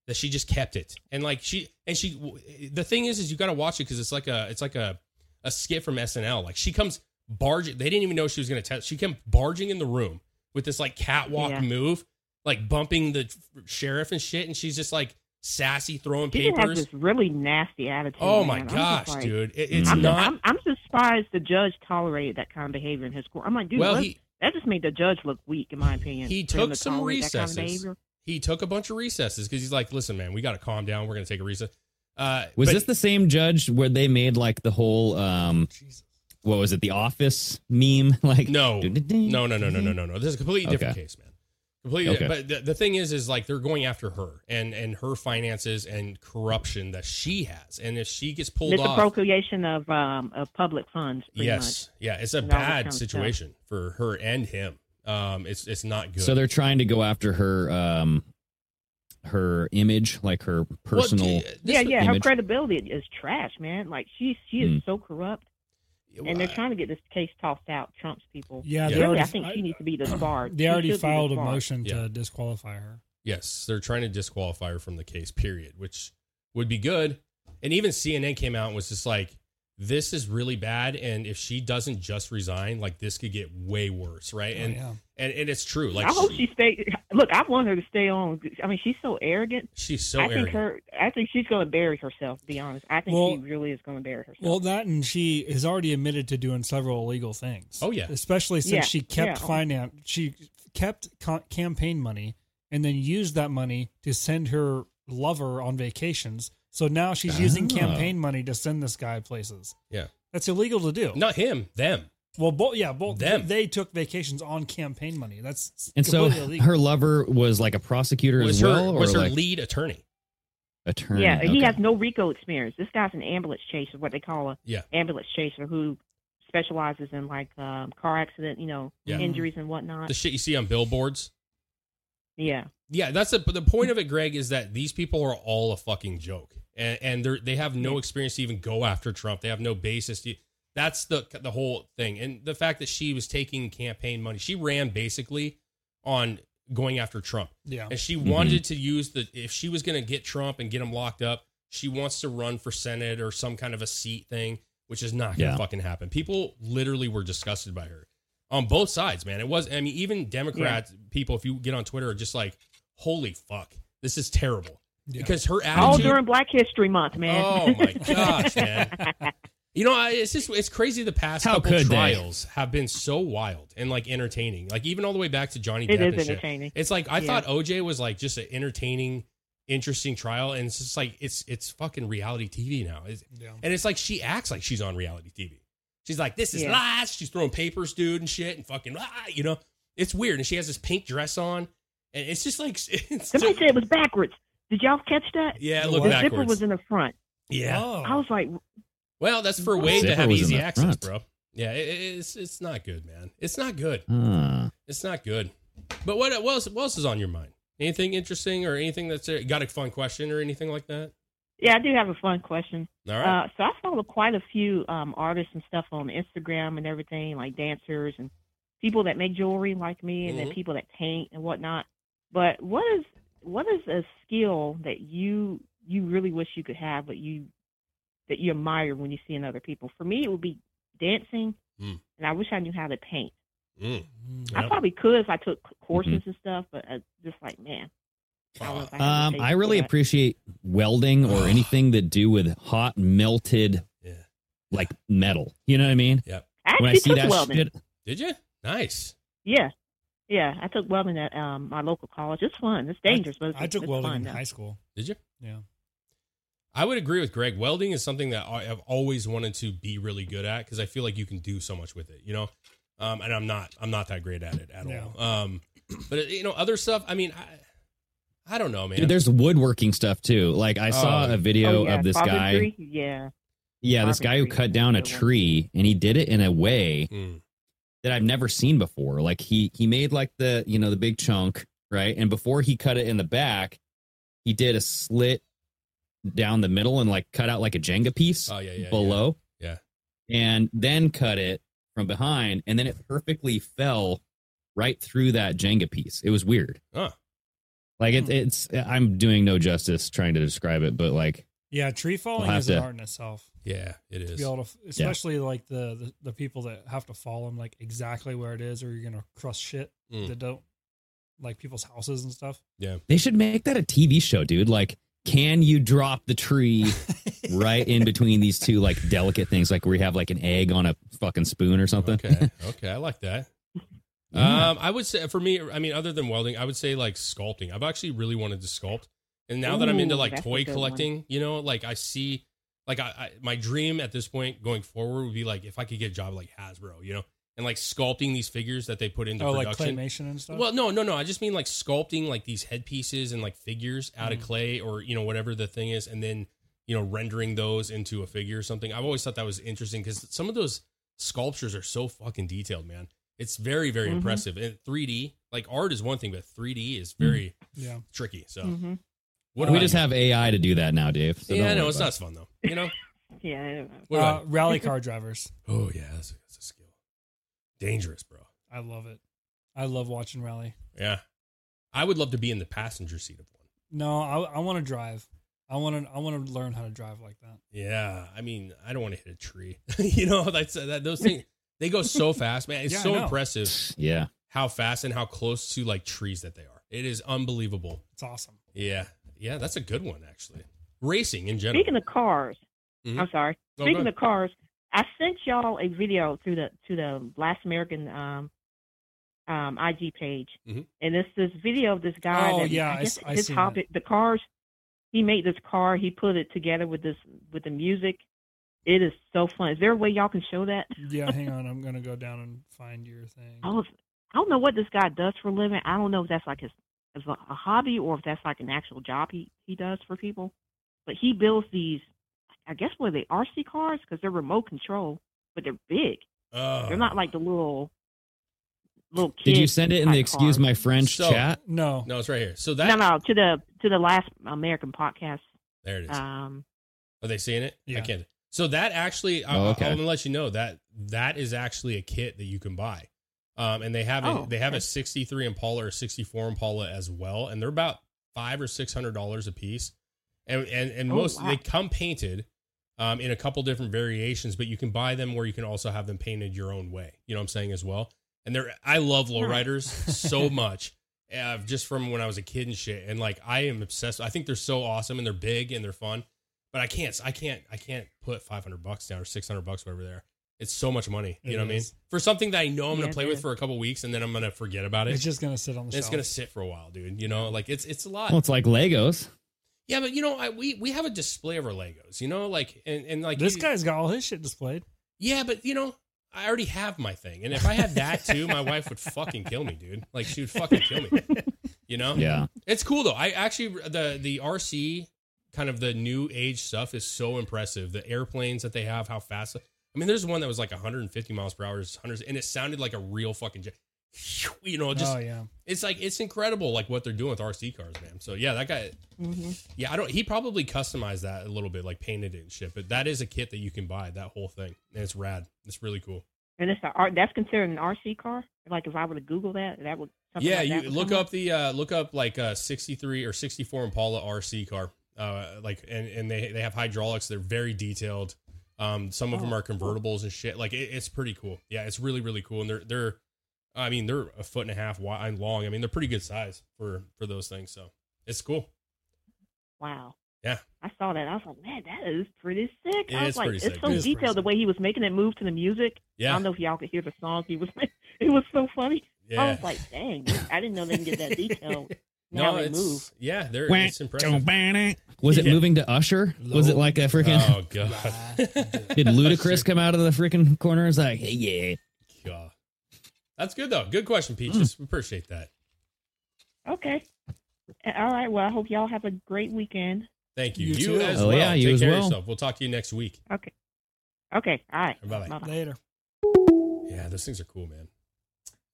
Speaker 3: That she just kept it, and like she, and she, the thing is, is you got to watch it because it's like a, it's like a, a skit from SNL. Like she comes barging. They didn't even know she was going to test. She came barging in the room with this like catwalk
Speaker 6: Yeah.
Speaker 3: move, like bumping the sheriff and shit, and she's just like sassy throwing
Speaker 6: She just has
Speaker 3: papers.
Speaker 6: this really nasty attitude.
Speaker 3: Oh my
Speaker 6: man. I'm just
Speaker 3: gosh,
Speaker 6: like-
Speaker 3: dude! It, it's
Speaker 6: I'm,
Speaker 3: not.
Speaker 6: I'm, I'm surprised the judge tolerated that kind of behavior in his court. I'm like, dude,
Speaker 3: Well,
Speaker 6: let's-
Speaker 3: he-
Speaker 6: that just made the judge look weak, in my opinion.
Speaker 3: He
Speaker 6: for him
Speaker 3: took
Speaker 6: to
Speaker 3: some
Speaker 6: tolerate that kind of
Speaker 3: recesses.
Speaker 6: behavior.
Speaker 3: he took a bunch of recesses because he's like, "Listen, man, we got to calm down. We're gonna take a recess." Uh,
Speaker 4: Was
Speaker 3: but-
Speaker 4: this the same judge where they made like the whole um what was it, the office meme? Like
Speaker 3: No,
Speaker 4: doo-doo-doo,
Speaker 3: no, no, no, no, no, no, no. This is a completely different
Speaker 4: Okay.
Speaker 3: case, man. Completely.
Speaker 4: Okay.
Speaker 3: But the, the thing is, is like they're going after her and and her finances and corruption that she has, and if she gets pulled off,
Speaker 6: Misappropriation of um of public funds. Pretty
Speaker 3: yes, yeah, it's a
Speaker 6: And all that kind
Speaker 3: bad
Speaker 6: of stuff.
Speaker 3: situation for her and him. Um, it's it's not good.
Speaker 4: So they're trying to go after her um her image, like her
Speaker 3: Well,
Speaker 4: personal
Speaker 3: this-
Speaker 6: Much. Yeah, yeah. Her
Speaker 4: image.
Speaker 6: credibility is trash, man. Like she she
Speaker 3: Hmm.
Speaker 6: is so corrupt, and they're trying to get this case tossed out. Trump's people.
Speaker 5: Yeah,
Speaker 3: Yeah.
Speaker 5: they
Speaker 3: Really,
Speaker 6: Really,
Speaker 5: already,
Speaker 6: I think she needs to be disbarred.
Speaker 5: they
Speaker 6: She
Speaker 5: already
Speaker 6: should be
Speaker 5: filed a
Speaker 6: disbarred.
Speaker 5: motion
Speaker 3: Yeah.
Speaker 5: to disqualify her.
Speaker 3: Yes, they're trying to disqualify her from the case, period, which would be good. And even CNN came out and was just like, this is really bad. And if she doesn't just resign, like this could get way worse, right?
Speaker 5: Oh,
Speaker 3: and,
Speaker 5: yeah.
Speaker 3: and and it's true. Like
Speaker 6: I hope
Speaker 3: she,
Speaker 6: she stay. Look, I want her to stay on. I mean, she's so arrogant.
Speaker 3: she's so
Speaker 6: I
Speaker 3: arrogant.
Speaker 6: think her. I think she's going to bury herself. To be honest, I think
Speaker 5: Well-
Speaker 6: she really is going to bury herself.
Speaker 5: Well, that and she has already admitted to doing several illegal things.
Speaker 3: Oh, yeah.
Speaker 5: especially since
Speaker 6: Yeah,
Speaker 5: she kept
Speaker 6: yeah.
Speaker 5: finance, she kept co- campaign money, and then used that money to send her lover on vacations. So now she's using
Speaker 4: Ah.
Speaker 5: campaign money to send this guy places.
Speaker 3: yeah.
Speaker 5: That's illegal to do.
Speaker 3: Not him, them.
Speaker 5: Well, both yeah, both
Speaker 3: Them.
Speaker 5: They, took vacations on campaign money. That's
Speaker 4: and so
Speaker 5: completely illegal.
Speaker 4: her lover was like a prosecutor
Speaker 3: Was
Speaker 4: as
Speaker 3: her
Speaker 4: well,
Speaker 3: was
Speaker 4: or
Speaker 3: her
Speaker 4: like
Speaker 3: lead attorney.
Speaker 4: attorney.
Speaker 6: yeah, he
Speaker 4: Okay.
Speaker 6: has no RICO experience. This guy's an ambulance chaser, what they call a
Speaker 3: Yeah.
Speaker 6: ambulance chaser, who specializes in like um, car accident, you know,
Speaker 3: Yeah.
Speaker 6: injuries and whatnot.
Speaker 3: The shit you see on billboards.
Speaker 6: yeah,
Speaker 3: Yeah, that's the the point of it, Greg, is that these people are all a fucking joke, and and they they have no experience to even go after Trump. They have no basis. To, that's the the whole thing, and the fact that she was taking campaign money, she ran basically on going after Trump,
Speaker 5: yeah.
Speaker 3: and she
Speaker 4: Mm-hmm.
Speaker 3: wanted to use the if she was going to get Trump and get him locked up, she wants to run for senate or some kind of a seat thing, which is not going to
Speaker 4: Yeah.
Speaker 3: fucking happen. People literally were disgusted by her on both sides, man. It was, I mean, even Democrats people, if you get on Twitter, are just like, holy fuck, this is terrible.
Speaker 5: Yeah.
Speaker 3: Because her attitude.
Speaker 6: all during Black History Month, man.
Speaker 3: oh my gosh, man. You know, I- it's just it's crazy. The past
Speaker 4: How
Speaker 3: couple
Speaker 4: could they?
Speaker 3: trials have been so wild and like entertaining. Like even all the way back to Johnny
Speaker 6: It
Speaker 3: Depp. and
Speaker 6: is
Speaker 3: shit.
Speaker 6: entertaining.
Speaker 3: It's like I
Speaker 6: Yeah.
Speaker 3: thought OJ was like just an entertaining, interesting trial, and it's just like it's it's fucking reality TV now. It's-
Speaker 5: Yeah.
Speaker 3: and it's like she acts like she's on reality TV. She's like, this is
Speaker 6: Yeah.
Speaker 3: lies. She's throwing papers, dude, and shit, and fucking, ah, you know, it's weird. And she has this pink dress on, and it's just like, it's
Speaker 6: Somebody
Speaker 3: so-
Speaker 6: said it was backwards. Did y'all catch that?
Speaker 3: yeah,
Speaker 5: The
Speaker 3: look
Speaker 5: what?
Speaker 6: The zipper
Speaker 3: backwards.
Speaker 6: was in the front.
Speaker 3: yeah.
Speaker 5: Oh.
Speaker 6: I was like,
Speaker 3: Well, that's for Wade to
Speaker 4: Zipper
Speaker 3: have
Speaker 4: was in
Speaker 3: easy
Speaker 4: the
Speaker 3: access,
Speaker 4: front.
Speaker 3: bro. Yeah, it, it- it's it's not good, man. It's not good.
Speaker 4: Ah.
Speaker 3: It's not good. But what what else, what else is on your mind? Anything interesting or anything that's uh, got a fun question or anything like that?
Speaker 6: yeah, I do have a fun question.
Speaker 3: All right.
Speaker 6: Uh, so I follow quite a few um, artists and stuff on Instagram and everything, like dancers and people that make jewelry like me, and
Speaker 4: Mm-hmm.
Speaker 3: Mhm.
Speaker 6: then people that paint and whatnot. But what is what is a skill that you you really wish you could have, but you that you admire when you see in other people? For me, it would be dancing,
Speaker 3: Mm.
Speaker 6: and I wish I knew how to paint.
Speaker 3: Mm.
Speaker 6: I
Speaker 3: Yep.
Speaker 6: probably could if I took
Speaker 4: Mm-hmm.
Speaker 6: courses and stuff, but I just like man, I don't know if I have the
Speaker 4: Um,
Speaker 6: patience
Speaker 4: I
Speaker 6: for
Speaker 4: really
Speaker 6: that.
Speaker 4: appreciate welding or anything that do with hot melted
Speaker 3: Yeah.
Speaker 4: like metal. You know what I mean?
Speaker 3: Yep.
Speaker 6: I
Speaker 4: When I
Speaker 6: actually
Speaker 4: see
Speaker 6: took
Speaker 4: that
Speaker 6: welding.
Speaker 4: shit,
Speaker 3: Did you? Nice.
Speaker 6: Yeah. Yeah, I took welding at um, my local college. It's fun. It's dangerous, but it's,
Speaker 5: I took
Speaker 6: it's
Speaker 5: welding
Speaker 6: fun,
Speaker 5: in
Speaker 6: though.
Speaker 5: high school.
Speaker 3: Did you?
Speaker 5: Yeah.
Speaker 3: I would agree with Greg. Welding is something that I- I've always wanted to be really good at because I feel like you can do so much with it, you know. Um, and I'm not, I'm not that great at it at
Speaker 5: No.
Speaker 3: all. Um, but you know, other stuff. I mean, I, I don't know, man.
Speaker 4: dude, there's woodworking stuff too. Like I saw
Speaker 3: Oh.
Speaker 4: a video
Speaker 6: Oh, yeah,
Speaker 4: of this guy.
Speaker 6: carpentry, Yeah.
Speaker 4: Yeah, this guy who
Speaker 6: Carpentry
Speaker 4: cut
Speaker 6: is
Speaker 4: down
Speaker 6: a
Speaker 4: a
Speaker 6: good one.
Speaker 4: tree and he did it in a way
Speaker 3: Mm.
Speaker 4: that I've never seen before. Like he he made like the you know the big chunk right? And before he cut it in the back, he did a slit down the middle and like cut out like a Jenga piece
Speaker 3: Oh yeah, yeah, yeah.
Speaker 4: below.
Speaker 3: Yeah.
Speaker 4: And then cut it from behind and then it perfectly fell right through that Jenga piece. It was weird.
Speaker 3: Huh.
Speaker 4: Like it, it's I'm doing no justice trying to describe it, but like
Speaker 5: Yeah, tree falling
Speaker 4: have
Speaker 5: is an
Speaker 4: to-
Speaker 5: art in itself.
Speaker 3: Yeah, it
Speaker 5: To
Speaker 3: is.
Speaker 5: be able to, especially like the, the the people that have to follow them like exactly where it is, or you're gonna crush shit
Speaker 3: Mm.
Speaker 5: that don't like people's houses and stuff.
Speaker 4: they should make that a TV show, dude. Like can you drop the tree right in between these two like delicate things like we have like an egg on a fucking spoon or something? Mm-hmm.
Speaker 3: Okay, okay, I like that.
Speaker 4: Yeah.
Speaker 3: Um, I would say for me, I mean, other than welding, I would say like sculpting. I've actually really wanted to sculpt, and now that I'm into
Speaker 6: Ooh,
Speaker 3: like
Speaker 6: that's a
Speaker 3: toy
Speaker 6: good one.
Speaker 3: collecting, you know, like I see, like I, I my dream at this point going forward would be like if I could get a job like Hasbro, you know, and like sculpting these figures that they put into
Speaker 5: oh, like
Speaker 3: production.
Speaker 5: claymation and stuff.
Speaker 3: well, no, no, no. I just mean like sculpting like these headpieces and like figures out of clay or you know whatever the thing is, and then you know rendering those into a figure or something. I've always thought that was interesting because some of those sculptures are so fucking detailed, man. It's very, very
Speaker 6: Mhm.
Speaker 3: impressive. And 3D, like art is one thing, but 3D is very
Speaker 5: yeah,
Speaker 3: tricky. So
Speaker 6: hmm
Speaker 3: what
Speaker 4: we
Speaker 3: about
Speaker 4: just
Speaker 3: you?
Speaker 4: have AI to do that now, Dave. so
Speaker 3: yeah,
Speaker 4: don't
Speaker 3: no,
Speaker 4: worry
Speaker 3: it's
Speaker 4: about
Speaker 3: not as fun though. You know.
Speaker 6: Yeah, I don't know.
Speaker 3: What
Speaker 5: uh,
Speaker 3: about you?
Speaker 5: rally car drivers.
Speaker 3: oh yeah, that's a, that's a skill. Dangerous, bro.
Speaker 5: I love it. I love watching rally.
Speaker 3: Yeah, I would love to be in the passenger seat of one.
Speaker 5: No, I I want to drive. I want to I want to learn how to drive like that.
Speaker 3: Yeah, I mean, I don't want to hit a tree. you know, that's that those things they go so fast, man. It's
Speaker 5: Yeah, I
Speaker 3: so
Speaker 5: know.
Speaker 3: impressive
Speaker 4: it. Yeah.
Speaker 3: how fast and how close to like trees that they are. It is unbelievable.
Speaker 5: It's awesome.
Speaker 3: Yeah. Yeah, that's a good one actually. Racing in general.
Speaker 6: Speaking of cars,
Speaker 5: Mm-hmm.
Speaker 3: Mhm.
Speaker 6: I'm sorry.
Speaker 3: Oh, go
Speaker 6: Speaking
Speaker 3: ahead.
Speaker 6: of cars, I sent y'all a video through the to the Last American um, um, IG page,
Speaker 3: Mhm.
Speaker 6: and it's this video of this guy.
Speaker 5: Mm-hmm. Oh,
Speaker 6: that,
Speaker 5: yeah, I
Speaker 6: I guess
Speaker 5: s- I
Speaker 6: his
Speaker 5: seen
Speaker 6: hobby, the cars. He made this car. He put it together with this with the music. It is so fun. Is there a way y'all can show that?
Speaker 5: Yeah, hang on. I'm gonna go down and find your thing.
Speaker 6: I was, I don't know what this guy does for a living. I don't know if that's like his as a, a hobby or if that's like an actual job he he does for people. But he builds these, I guess, were they RC cars because they're remote control, but they're big.
Speaker 3: Oh.
Speaker 6: They're not like the little little.
Speaker 4: Uh. Did you
Speaker 6: kid
Speaker 4: send it in the
Speaker 6: type
Speaker 4: excuse
Speaker 6: cars.
Speaker 4: my French
Speaker 3: So-
Speaker 4: chat?
Speaker 5: No,
Speaker 3: No, it's right here. So that
Speaker 6: No, no, to the to the last American podcast.
Speaker 3: there it is.
Speaker 6: Um,
Speaker 3: Are they seeing it? I
Speaker 5: Yeah.
Speaker 3: can't. So that actually, I,
Speaker 4: Oh, okay.
Speaker 3: I'm gonna let you know that that is actually a kit that you can buy, um, and they have a,
Speaker 6: Oh,
Speaker 3: they have a
Speaker 6: okay.
Speaker 3: 63 Impala or 64 Impala as well, and they're about five or six hundred dollars a piece, and and and
Speaker 6: Oh,
Speaker 3: most
Speaker 6: wow.
Speaker 3: they come painted, um, in a couple different variations, but you can buy them where you can also have them painted your own way. You know what I'm saying as well. And they're I love lowriders so much, uh, just from when I was a kid and shit, and like I am obsessed. I think they're so awesome and they're big and they're fun but I can't, I can't, I can't put 500 bucks down or 600 bucks, whatever there. It's so much money. You
Speaker 5: It
Speaker 3: know what I mean?
Speaker 5: is.
Speaker 3: For something that I know I'm going
Speaker 6: Yeah,
Speaker 3: to play
Speaker 6: it
Speaker 3: with
Speaker 6: is.
Speaker 3: for a couple weeks and then I'm going to forget about it.
Speaker 5: it's just gonna sit on the
Speaker 3: And it's
Speaker 5: shelf.
Speaker 3: going to sit for a while, dude. You know, like it's, it's a lot.
Speaker 4: Well, it's like Legos.
Speaker 3: yeah. But you know, I, we, we have a display of our Legos, you know, like, and, and like
Speaker 5: this
Speaker 3: you-
Speaker 5: guy's got all his shit displayed.
Speaker 3: yeah, but you know, I already have my thing. And if I had that too, my wife would fucking kill me, dude. Like she would fucking kill me, you know?
Speaker 4: Yeah.
Speaker 3: It's cool though. I actually the the RC kind of the new age stuff is so impressive. The airplanes that they have, how fast. I mean, there's one that was like 150 miles per hour, it's hundreds, and it sounded like a real fucking jet. You know, just
Speaker 5: oh yeah,
Speaker 3: it's like it's incredible, like what they're doing with RC cars, man. So yeah, that guy. Yeah, I don't. He probably customized that a little bit, like painted it and shit. But that is a kit that you can buy. That whole thing, and it's rad. It's really cool.
Speaker 6: and it's a, R- that's considered an RC car. Like if I were to Google that, that would something
Speaker 3: yeah,
Speaker 6: like that
Speaker 3: you
Speaker 6: would
Speaker 3: look
Speaker 6: come
Speaker 3: up the uh, look up like uh, 63 or 64 Impala RC car. Uh, like and and they they have hydraulics. They're very detailed. Um, some of
Speaker 6: Oh,
Speaker 3: them are convertibles and shit. Like it, it's pretty cool. Yeah, it's really really cool. And they're they're, I mean they're a foot and a half wide and long. I mean they're pretty good size for for those things. So it's cool.
Speaker 6: Wow.
Speaker 3: Yeah.
Speaker 6: I saw that. I was like, man, that is pretty sick.
Speaker 3: It
Speaker 6: I
Speaker 3: is
Speaker 6: was like,
Speaker 3: pretty
Speaker 6: it's
Speaker 3: sick.
Speaker 6: so
Speaker 5: It is pretty
Speaker 6: detailed the
Speaker 5: sick.
Speaker 6: way he was making it move to the music. I
Speaker 3: Yeah,
Speaker 6: don't know if y'all could hear the song he was making. It was so funny. I
Speaker 3: yeah.
Speaker 6: was like, dang, I didn't know they can get that detailed. now
Speaker 3: No,
Speaker 6: they
Speaker 3: it's
Speaker 6: move.
Speaker 3: yeah, they're
Speaker 4: Wah,
Speaker 3: it's impressive.
Speaker 4: Was it
Speaker 3: Yeah.
Speaker 4: moving to Usher? Was it like a freaking?
Speaker 3: Oh god.
Speaker 4: Did Ludacris come out of the freaking corner? and was like, hey, yeah.
Speaker 3: God. That's good though. Good question, Peaches.
Speaker 6: Hmm.
Speaker 3: We appreciate that.
Speaker 6: Okay. Uh, All right. Well, I hope y'all have a great weekend.
Speaker 3: Thank you.
Speaker 5: You
Speaker 3: You,
Speaker 5: too.
Speaker 3: as
Speaker 4: Oh,
Speaker 3: well.
Speaker 4: yeah, you
Speaker 3: Take
Speaker 4: as
Speaker 3: care of
Speaker 4: well.
Speaker 3: yourself. We'll talk to you next week.
Speaker 6: Okay. Okay. All right.
Speaker 3: Bye-bye.
Speaker 5: later.
Speaker 3: Yeah, those things are cool, man.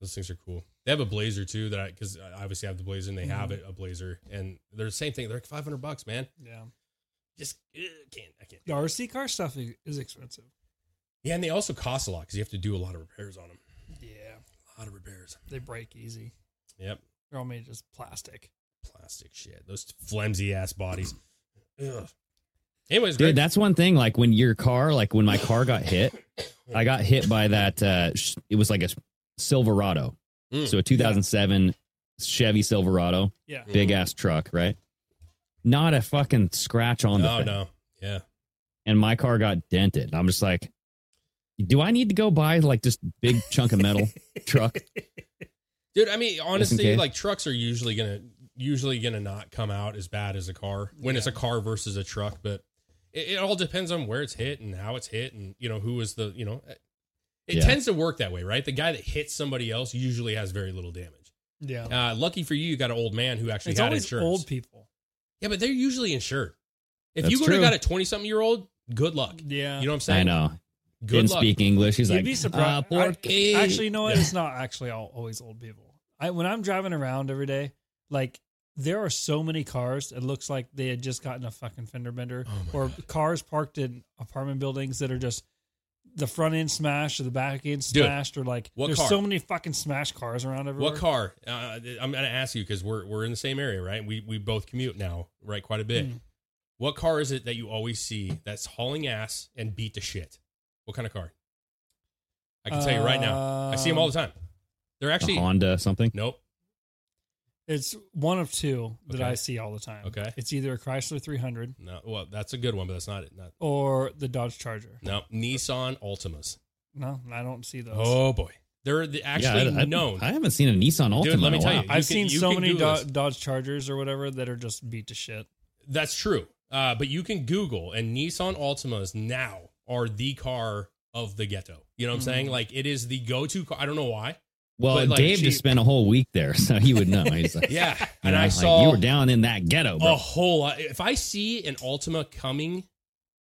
Speaker 3: Those things are cool. They have a blazer too that I because I obviously have the blazer and they
Speaker 4: Mm-hmm.
Speaker 3: have it a blazer and they're the same thing. They're like five hundred bucks, man.
Speaker 5: Yeah.
Speaker 3: Just uh, can't I can't.
Speaker 5: The RC car stuff i- is expensive.
Speaker 3: Yeah, and they also cost a lot because you have to do a lot of repairs on them.
Speaker 5: Yeah.
Speaker 3: A lot of repairs.
Speaker 5: They break easy.
Speaker 3: Yep,
Speaker 5: They're all made just plastic.
Speaker 3: plastic shit. Those flimsy ass bodies. Ugh. Anyways,
Speaker 4: Dude,
Speaker 3: Greg,
Speaker 4: that's one thing. Like when your car, like when my car got hit, I got hit by that. Uh, sh- it was like a Silverado,
Speaker 3: Mm. Mm-hmm.
Speaker 4: so a 2007 Chevy Silverado,
Speaker 5: Yeah.
Speaker 4: big ass truck, right? Not a fucking scratch on the
Speaker 3: no,
Speaker 4: thing.
Speaker 3: Oh, no, yeah.
Speaker 4: and my car got dented. I'm just like, do I need to go buy like just big chunk of metal truck?
Speaker 3: Dude, I mean, honestly,
Speaker 4: case.
Speaker 3: like trucks are usually gonna usually gonna not come out as bad as a car when it's a car versus a truck, but it, it all depends on where it's hit and how it's hit and you know who is the you know. It
Speaker 4: Yeah.
Speaker 3: tends to work that way, right? The guy that hits somebody else usually has very little damage.
Speaker 5: Yeah.
Speaker 3: Uh, lucky for you, you got an old man who actually
Speaker 5: it's
Speaker 3: had
Speaker 5: always
Speaker 3: insurance.
Speaker 5: old people.
Speaker 3: Yeah, but they're usually insured. If
Speaker 4: That's
Speaker 3: you would have
Speaker 4: true.
Speaker 3: got a twenty-something-year-old, good luck.
Speaker 5: Yeah.
Speaker 3: You know what I'm saying?
Speaker 4: I know.
Speaker 3: Good
Speaker 4: Didn't
Speaker 3: luck.
Speaker 4: speak English. He's
Speaker 5: You'd
Speaker 4: like,
Speaker 5: be surprised.
Speaker 4: "Ah, porky."
Speaker 5: I- actually, you know what?
Speaker 3: "Uh, Yeah.
Speaker 5: It's not actually all, always old people. I when I'm driving around every day, like there are so many cars. It looks like they had just gotten a fucking fender bender,
Speaker 3: Oh my
Speaker 5: or cars parked in apartment buildings that are just the front end smashed or the back end
Speaker 3: Dude,
Speaker 5: smashed, or like
Speaker 3: what
Speaker 5: there's
Speaker 3: car?
Speaker 5: so many fucking smashed cars around everywhere.
Speaker 3: What car? Uh, I'm going to ask you because we're we're in the same area, right? We we both commute now, right? Quite a bit.
Speaker 5: Mm.
Speaker 3: What car is it that you always see that's hauling ass and beat the shit? What kind of car? I can tell you right now. I see them all the time. They're
Speaker 4: A
Speaker 3: actually
Speaker 4: Honda something.
Speaker 3: nope.
Speaker 5: It's one of two that
Speaker 3: Okay.
Speaker 5: I see all the time.
Speaker 3: Okay.
Speaker 5: it's either a Chrysler 300
Speaker 3: No, well, that's a good one, but that's not it. Not
Speaker 5: or the Dodge Charger.
Speaker 3: no Nissan Altimas.
Speaker 5: No, I don't see those.
Speaker 3: Oh boy, they're the, actually
Speaker 4: I, I-
Speaker 3: known.
Speaker 4: I haven't seen a Nissan Altima.
Speaker 3: Dude, let me
Speaker 4: in a
Speaker 3: tell you,
Speaker 4: while.
Speaker 5: I've
Speaker 3: can-
Speaker 5: seen
Speaker 3: you
Speaker 5: so
Speaker 3: can
Speaker 5: many
Speaker 3: Google
Speaker 5: Do-
Speaker 3: this.
Speaker 5: Dodge Chargers or whatever that are just beat to shit.
Speaker 3: That's true. Uh, but you can Google and Nissan Altimas now are the car of the ghetto. You know what I'm
Speaker 5: Mm-hmm.
Speaker 3: saying? Like it is the go-to car. I don't know why.
Speaker 4: Well,
Speaker 3: But, like,
Speaker 4: Dave
Speaker 3: she-
Speaker 4: just spent a whole week there, so he would know. He's like,
Speaker 3: Yeah.
Speaker 4: you
Speaker 3: and
Speaker 4: know,
Speaker 3: I
Speaker 4: like,
Speaker 3: saw
Speaker 4: you were down in that ghetto, bro.
Speaker 3: a whole lot. If I see an Altima coming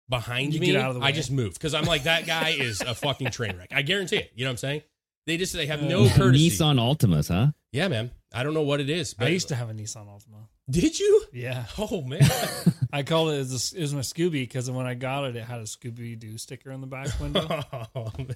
Speaker 3: behind
Speaker 5: You
Speaker 3: me,
Speaker 5: get out of the
Speaker 3: I
Speaker 5: way.
Speaker 3: just move because I'm like that guy is a fucking train wreck. I guarantee it. You know what I'm saying? They just they have Oh, no
Speaker 5: Uh,
Speaker 3: courtesy.
Speaker 4: Nissan Altimas, huh?
Speaker 3: Yeah, man. I don't know what it is. But
Speaker 5: I used to have a Nissan Altima.
Speaker 3: Did you?
Speaker 5: Yeah,
Speaker 3: Oh man.
Speaker 5: I called it it was, it was my Scooby because when I got it, it had a Scooby Doo sticker on the back window.
Speaker 3: oh man.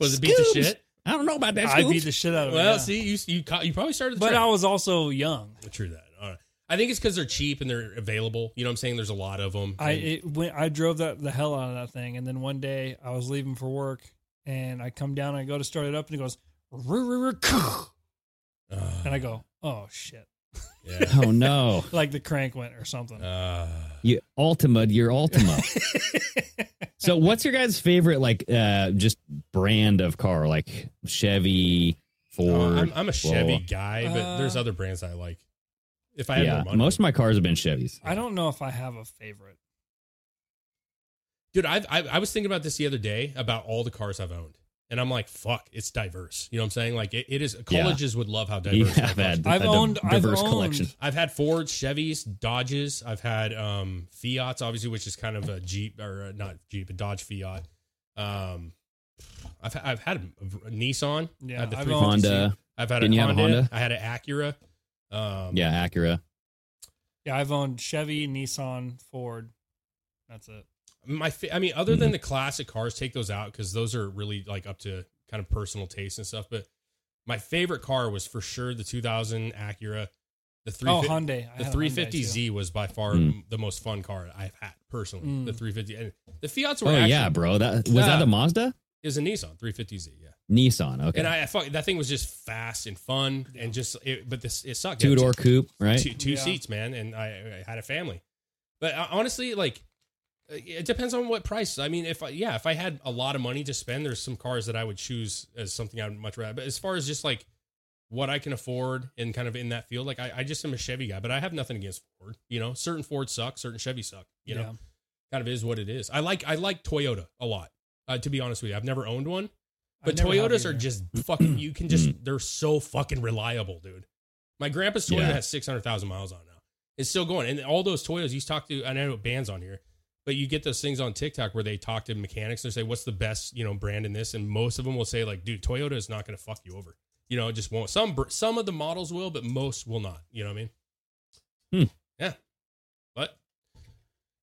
Speaker 3: Was it beat the
Speaker 4: Scoops.
Speaker 3: shit?
Speaker 4: I don't know about that.
Speaker 5: I
Speaker 4: Scoops.
Speaker 5: beat the shit out of it.
Speaker 3: Well,
Speaker 5: Oh, yeah.
Speaker 3: see, you you ca- you probably started. The
Speaker 5: but
Speaker 3: trend.
Speaker 5: I was also young.
Speaker 3: True that. All right. I think it's because they're cheap and they're available. You know what I'm saying? There's a lot of them.
Speaker 5: I it went. I drove that the hell out of that thing, and then one day I was leaving for work, and I come down, and I go to start it up, and it goes, "Roo, roo, roo, koo." and I go, "Oh shit!"
Speaker 3: uh, yeah.
Speaker 4: Oh no,
Speaker 5: Like the crank went or something.
Speaker 3: Uh,
Speaker 4: you Altima, your Altima. so, what's your guys' favorite like uh just brand of car? Like Chevy, Ford.
Speaker 3: Oh, I'm, I'm a Chevy
Speaker 4: blah,
Speaker 3: guy, but
Speaker 5: Uh,
Speaker 3: there's other brands I like. If I
Speaker 4: blah.
Speaker 3: had
Speaker 4: Yeah,
Speaker 3: more money,
Speaker 4: most of my cars have been Chevys.
Speaker 5: I don't know if I have a favorite.
Speaker 3: dude, I've, I I was thinking about this the other day about all the cars I've owned, and I'm like, fuck, it's diverse. You know what I'm saying? Like it, it is. Colleges would love how
Speaker 4: You
Speaker 3: diverse. my cars are.
Speaker 4: have had,
Speaker 5: I've
Speaker 4: had a
Speaker 5: owned- I've
Speaker 4: diverse
Speaker 5: owned-
Speaker 4: collection.
Speaker 3: I've had Fords, Chevys, Dodges. I've had um, Fiats, obviously, which is kind of a Jeep or uh, not Jeep, a Dodge Fiat. Um, I've I've had a, a Nissan.
Speaker 5: Yeah,
Speaker 3: I had the
Speaker 5: I've
Speaker 3: 350.
Speaker 4: Honda.
Speaker 3: I've had
Speaker 4: Didn't
Speaker 3: a
Speaker 4: you have a
Speaker 3: Honda.
Speaker 4: Honda?
Speaker 3: I had an Acura. Um,
Speaker 4: Yeah, Acura.
Speaker 5: Yeah, I've owned Chevy, Nissan, Ford. That's it.
Speaker 3: my fa- I mean, other
Speaker 4: Mm-hmm.
Speaker 3: than the classic cars, take those out because those are really like up to kind of personal taste and stuff. But my favorite car was for sure the 2000 Acura. The three
Speaker 5: Oh, Hyundai. I
Speaker 3: the
Speaker 5: had a Hyundai,
Speaker 3: 350Z was by far
Speaker 4: Mm.
Speaker 3: the most fun car I've had personally.
Speaker 5: Mm.
Speaker 3: The 350 and the Fiats
Speaker 4: Oh
Speaker 3: were actually
Speaker 4: yeah, bro. That was
Speaker 3: Yeah.
Speaker 4: that a Mazda?
Speaker 3: is a Nissan 350Z. Yeah,
Speaker 4: Nissan. Okay.
Speaker 3: and I, I fuck, that thing was just fast and fun and just it, but this it sucked.
Speaker 4: two
Speaker 3: It-
Speaker 4: door coupe, right?
Speaker 3: two, two
Speaker 5: Yeah.
Speaker 3: seats, man, and I, I had a family. But uh, honestly, like uh, it depends on what price. I mean, if I, yeah, if I had a lot of money to spend, there's some cars that I would choose as something I'd much rather. But as far as just like what I can afford and kind of in that field, like I, I just am a Chevy guy, but I have nothing against Ford. You know, certain Ford suck, certain Chevy suck. You know,
Speaker 5: Yeah.
Speaker 3: kind of is what it is. I like I like Toyota a lot. Uh, to be honest with you, I've never owned one, but
Speaker 5: I've never had
Speaker 3: Toyotas are
Speaker 5: either.
Speaker 3: just fucking. You can just they're so fucking reliable, dude. My grandpa's Toyota
Speaker 4: Yeah.
Speaker 3: has six hundred thousand miles on it now. It's still going, and all those Toyotas you talk to. I know bands on here, but you get those things on TikTok where they talk to mechanics and they say, "What's the best you know brand in this?" And most of them will say, "Like, dude, Toyota is not going to fuck you over. You know, it just won't. Some br- some of the models will, but most will not. You know what I mean?
Speaker 4: Hmm.
Speaker 3: Yeah. But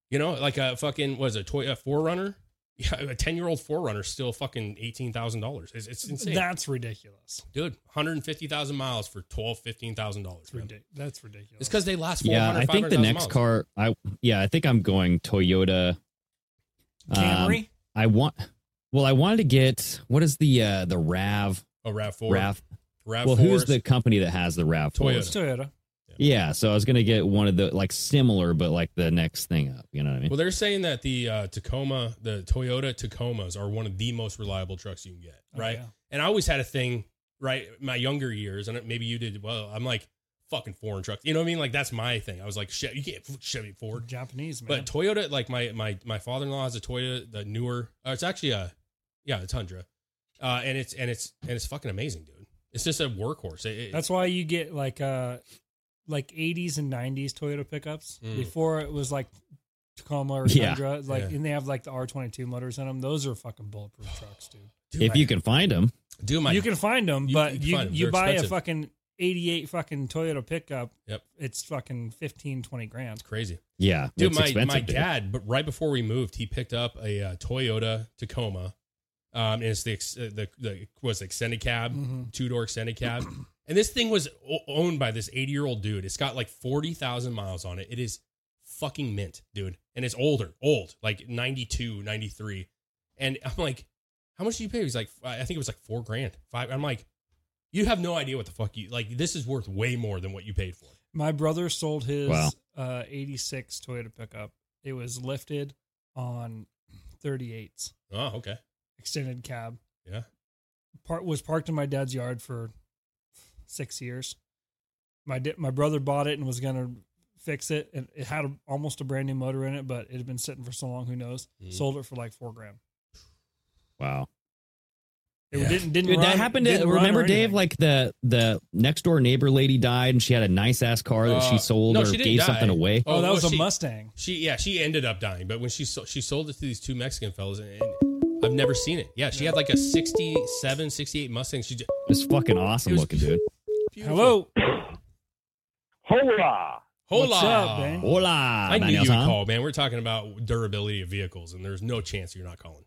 Speaker 3: you know, like a fucking was a toy a forerunner. Yeah, a ten year old forerunner still fucking eighteen thousand dollars. It's, it's insane,
Speaker 5: That's ridiculous.
Speaker 3: dude. One hundred fifty thousand miles for twelve fifteen thousand dollars.
Speaker 5: It's ridiculous. That's ridiculous.
Speaker 3: It's because they last. 400,
Speaker 4: Yeah, I think the
Speaker 3: 500,000
Speaker 4: next
Speaker 3: miles.
Speaker 4: car. I yeah, I think I'm going Toyota. um,
Speaker 5: Camry.
Speaker 4: I want. Well, I wanted to get what is the uh the Rav
Speaker 3: A Rav Four.
Speaker 4: Rav.
Speaker 3: Rav
Speaker 4: Well, who's
Speaker 3: fours.
Speaker 4: the company that has the Rav?
Speaker 5: it's
Speaker 3: Toyota.
Speaker 5: Toyota.
Speaker 4: Yeah, so I was gonna get one of the like similar, but like the next thing up. You know what I mean?
Speaker 3: Well, they're saying that the uh, Tacoma, the Toyota Tacomas, are one of the most reliable trucks you can get,
Speaker 5: Oh,
Speaker 3: right?
Speaker 5: yeah.
Speaker 3: And I always had a thing, right? My younger years, and maybe you did. Well, I'm like fucking foreign trucks. You know what I mean? Like that's my thing. I was like, shit, you can't f- Chevy
Speaker 5: Or
Speaker 4: Mm-hmm.
Speaker 3: Ford,
Speaker 5: Japanese man.
Speaker 3: but Toyota. Like my my my father in law has a Toyota, the newer. Uh, it's actually a yeah, a Tundra, uh, and it's and it's and it's fucking amazing, dude. It's just a workhorse. It, it-
Speaker 5: That's why you get like uh like 80s and 90s Toyota pickups.
Speaker 3: Mm.
Speaker 5: Before it was like Tacoma or
Speaker 4: Yeah.
Speaker 5: Tundra, like
Speaker 3: Yeah.
Speaker 5: and they have like the R22 motors in them. Those are fucking bulletproof trucks, dude.
Speaker 3: dude,
Speaker 4: if
Speaker 3: my-
Speaker 4: you can find them,
Speaker 3: dude, my
Speaker 5: you can find them,
Speaker 3: You- you
Speaker 5: but
Speaker 3: can
Speaker 5: you you,
Speaker 3: find 'em. They're
Speaker 5: buy
Speaker 3: expensive.
Speaker 5: a fucking 88 fucking Toyota pickup.
Speaker 3: Yep.
Speaker 5: It's fucking 15 20 grand.
Speaker 3: crazy.
Speaker 4: yeah,
Speaker 3: Dude,
Speaker 4: it's
Speaker 3: my,
Speaker 4: expensive,
Speaker 3: my
Speaker 4: dude.
Speaker 3: dad, but right before we moved, he picked up a uh, Toyota Tacoma. Um, and it's the ex- uh, the the was extended cab,
Speaker 4: Mm-hmm.
Speaker 5: Mhm.
Speaker 3: two door extended cab, and this thing was o- owned by this eighty year old dude. It's got like forty thousand miles on it. It is fucking mint, dude, and it's older, old, like 92, 93. and I'm like, how much did you pay? He's like, I I think it was like four grand, five. I'm like, you have no idea what the fuck you like. This is worth way more than what you paid for. it.
Speaker 5: My brother sold his
Speaker 4: Wow.
Speaker 5: uh, 86 Toyota pickup. It was lifted on 38s,
Speaker 3: Oh, okay,
Speaker 5: extended cab.
Speaker 3: yeah,
Speaker 5: part was parked in my dad's yard for six years. My di- my brother bought it and was gonna fix it, and it had a, almost a brand new motor in it, but it had been sitting for so long, who knows?
Speaker 3: Mhm.
Speaker 5: Sold it for like four grand.
Speaker 4: Wow.
Speaker 5: It
Speaker 3: Yeah.
Speaker 5: didn't didn't
Speaker 4: Dude,
Speaker 5: run-
Speaker 4: that happened to
Speaker 5: didn't run
Speaker 4: remember
Speaker 5: or
Speaker 4: Dave
Speaker 5: anything.
Speaker 4: like the the next door neighbor lady died and she had a nice ass car that
Speaker 3: Uh,
Speaker 4: she sold
Speaker 3: no,
Speaker 4: or
Speaker 3: she didn't
Speaker 4: gave
Speaker 3: die.
Speaker 4: something away.
Speaker 5: oh, that was
Speaker 3: well,
Speaker 5: a
Speaker 3: she-
Speaker 5: Mustang.
Speaker 3: She yeah, she ended up dying, but when she so, she sold it to these two Mexican fellas, and, and I've never seen it. Yeah, she had like a 67, 68 Mustang. She just,
Speaker 4: It's fucking awesome
Speaker 3: It was-
Speaker 4: looking, dude.
Speaker 5: Hello,
Speaker 1: Hola!
Speaker 3: hola.
Speaker 5: What's up, man?
Speaker 4: Hola,
Speaker 3: I knew you would
Speaker 4: manos, huh?
Speaker 3: call, man. We're talking about durability of vehicles, and there's no chance you're not calling.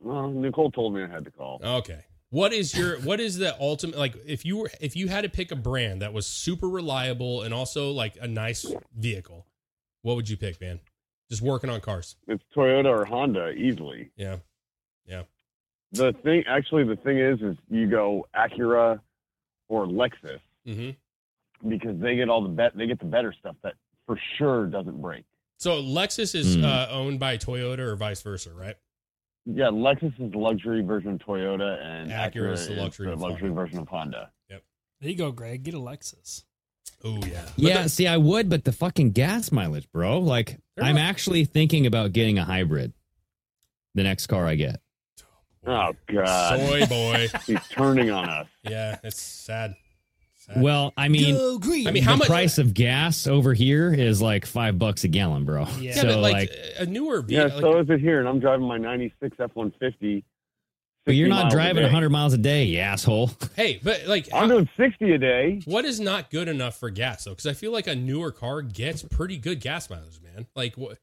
Speaker 7: Well, Nicole told me I had to call.
Speaker 3: Okay. What is your what is the ultimate like if you were if you had to pick a brand that was super reliable and also like a nice vehicle, what would you pick, man? Just working on cars.
Speaker 7: It's Toyota or Honda easily.
Speaker 3: Yeah.
Speaker 7: The thing, actually, the thing is, is you go Acura or Lexus
Speaker 3: Mm-hmm.
Speaker 7: because they get all the bet, they get the better stuff that for sure doesn't break.
Speaker 3: So Lexus is
Speaker 4: Hmm.
Speaker 3: uh, owned by Toyota or vice versa, right?
Speaker 7: Yeah, Lexus is the luxury version of Toyota, and
Speaker 3: Acura
Speaker 7: Acura
Speaker 3: is the luxury
Speaker 7: the
Speaker 3: of
Speaker 7: luxury
Speaker 3: Honda.
Speaker 7: version of Honda.
Speaker 5: there you go, Greg. Get a Lexus.
Speaker 3: Oh yeah. But
Speaker 4: Yeah, see, I would, but the fucking gas mileage, bro. Like,
Speaker 3: They're
Speaker 4: I'm
Speaker 3: not-
Speaker 4: actually thinking about getting a hybrid. The next car I get.
Speaker 7: Oh God,
Speaker 3: Soy boy.
Speaker 7: he's turning on us.
Speaker 3: yeah, it's sad. sad.
Speaker 4: Well, I mean,
Speaker 5: Go green.
Speaker 3: Uh, I mean, how
Speaker 4: the
Speaker 3: much-
Speaker 4: price of gas over here is like five bucks a gallon, bro.
Speaker 5: Yeah.
Speaker 3: yeah,
Speaker 4: so
Speaker 3: but
Speaker 4: like,
Speaker 3: like, a newer
Speaker 7: Yeah,
Speaker 3: vehicle.
Speaker 7: so is it here, and I'm driving my '96 F150.
Speaker 4: but you're
Speaker 7: 60
Speaker 4: not
Speaker 7: miles a
Speaker 4: driving
Speaker 7: day.
Speaker 4: 100 miles a day, you asshole.
Speaker 3: hey, but like,
Speaker 7: I'm doing 60 a day.
Speaker 3: what is not good enough for gas though? Because I feel like a newer car gets pretty good gas mileage, man. Like, what?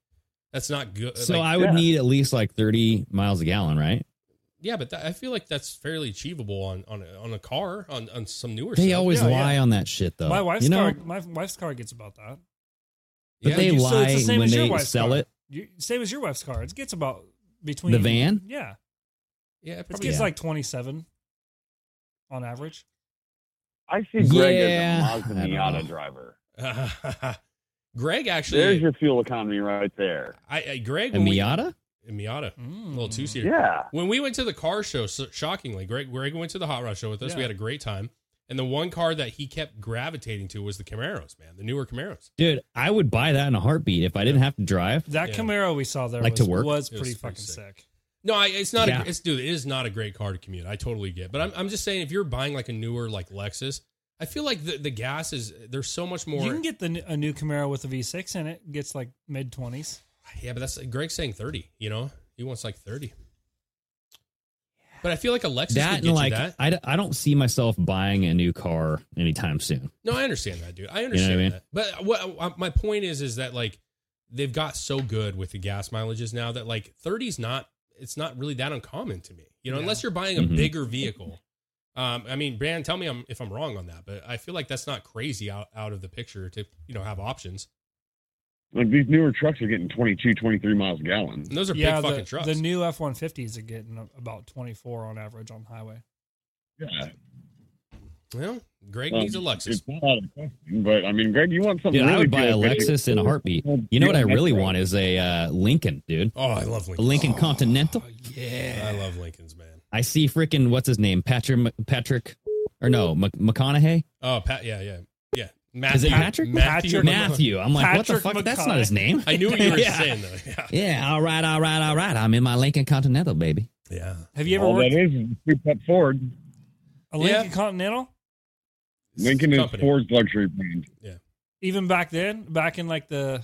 Speaker 3: That's not good.
Speaker 4: So
Speaker 3: like,
Speaker 4: I would
Speaker 7: yeah.
Speaker 4: need at least like 30 miles a gallon, right?
Speaker 3: yeah, but that, I feel like that's fairly achievable on on a, on a car on on some newer.
Speaker 4: They
Speaker 3: stuff.
Speaker 4: always
Speaker 5: Yeah,
Speaker 4: lie on that shit, though.
Speaker 5: my wife's
Speaker 4: you know,
Speaker 5: car. My wife's car gets about that.
Speaker 4: but
Speaker 3: Yeah,
Speaker 4: they
Speaker 5: you- so it's
Speaker 4: lie
Speaker 5: the same
Speaker 4: when
Speaker 5: as your
Speaker 4: they
Speaker 5: wife's
Speaker 4: sell
Speaker 5: car.
Speaker 4: it.
Speaker 5: You, same as your wife's car. It gets about between
Speaker 4: The van?
Speaker 5: Yeah,
Speaker 3: yeah, it
Speaker 5: it
Speaker 3: probably
Speaker 5: gets
Speaker 4: Yeah.
Speaker 5: like twenty seven on average.
Speaker 7: I see Greg as
Speaker 4: Yeah,
Speaker 7: a
Speaker 4: I
Speaker 7: Mazda
Speaker 4: don't
Speaker 7: Miata
Speaker 4: know.
Speaker 7: driver.
Speaker 3: Greg actually.
Speaker 7: There's your fuel economy right there.
Speaker 3: I, I Greg
Speaker 4: A
Speaker 3: when we-
Speaker 4: Miata?
Speaker 3: a Miata, a little two seater.
Speaker 7: Yeah.
Speaker 3: When we went to the car show, so shockingly, Greg Greg went to the hot rod show with us. We
Speaker 5: Yeah.
Speaker 3: had a great time, and the one car that he kept gravitating to was the Camaros, man, the newer Camaros.
Speaker 4: Dude, I would buy that in a heartbeat if I didn't have to drive.
Speaker 5: That
Speaker 3: Yeah.
Speaker 5: Camaro we saw there
Speaker 4: Like
Speaker 5: was,
Speaker 4: to work?
Speaker 5: was
Speaker 3: It was
Speaker 5: pretty
Speaker 3: pretty
Speaker 5: fucking
Speaker 3: sick.
Speaker 5: sick.
Speaker 3: No, I, it's not.
Speaker 4: Yeah.
Speaker 3: A, it's dude, it is not a great car to commute. I totally get, but I'm I'm just saying if you're buying like a newer like Lexus, I feel like the the gas is there's so much more.
Speaker 5: You can get the a new Camaro with a V6 in it. Gets like mid twenties.
Speaker 3: yeah, but that's Greg's saying thirty. You know, he wants like thirty. But I feel like a Lexus
Speaker 4: that
Speaker 3: could
Speaker 4: and
Speaker 3: get
Speaker 4: like
Speaker 3: you that.
Speaker 4: I, d- I don't see myself buying a new car anytime soon.
Speaker 3: No, I understand that, dude. I understand
Speaker 4: I mean?
Speaker 3: that. But what uh, my point is is that like they've got so good with the gas mileages now that like 30's not it's not really that uncommon to me. You know,
Speaker 5: No.
Speaker 3: unless you're buying a
Speaker 4: Mhm.
Speaker 3: bigger vehicle. Um, I mean, Brand, tell me I'm, if I'm wrong on that, but I feel like that's not crazy out, out of the picture to you know have options.
Speaker 7: Like these newer trucks are getting 22, 23 miles a gallon.
Speaker 3: And those are
Speaker 5: yeah,
Speaker 3: big fucking
Speaker 5: the,
Speaker 3: trucks.
Speaker 5: the new F one fifties are getting about twenty four on average on the highway.
Speaker 7: Yeah.
Speaker 3: well, Greg
Speaker 7: Um,
Speaker 3: needs a Lexus.
Speaker 7: It's not out of the question, but I mean, Greg, you want something?
Speaker 4: Dude, I
Speaker 7: really
Speaker 4: would buy a
Speaker 7: cool, but you-
Speaker 4: Lexus in a heartbeat. You know what I really want is a uh, Lincoln, dude.
Speaker 3: Oh, I love
Speaker 4: A
Speaker 3: Lincoln.
Speaker 4: Lincoln Continental.
Speaker 3: yeah, I love Lincolns, man.
Speaker 4: I see freaking what's his name, Patrick Patrick, or no Mc, McConaughey.
Speaker 3: Oh, Pat. Yeah, yeah, yeah. Matt,
Speaker 4: Is it
Speaker 3: Pat-
Speaker 4: Patrick?
Speaker 3: Matthew.
Speaker 4: Matthew. I'm like, what the
Speaker 5: Patrick
Speaker 4: fuck? That's not his
Speaker 5: McConaughey.
Speaker 4: name.
Speaker 3: I knew what you were
Speaker 4: Yeah.
Speaker 3: saying though. Yeah.
Speaker 4: Yeah. All right. All right. All right. I'm in my Lincoln Continental, baby.
Speaker 3: Yeah.
Speaker 5: Have you ever
Speaker 7: All that
Speaker 5: worked
Speaker 7: is is a souped-up Ford.
Speaker 5: a Lincoln
Speaker 3: Yeah.
Speaker 5: Continental?
Speaker 7: Lincoln is
Speaker 3: Company.
Speaker 7: Ford's luxury brand.
Speaker 5: Even back then, back in like the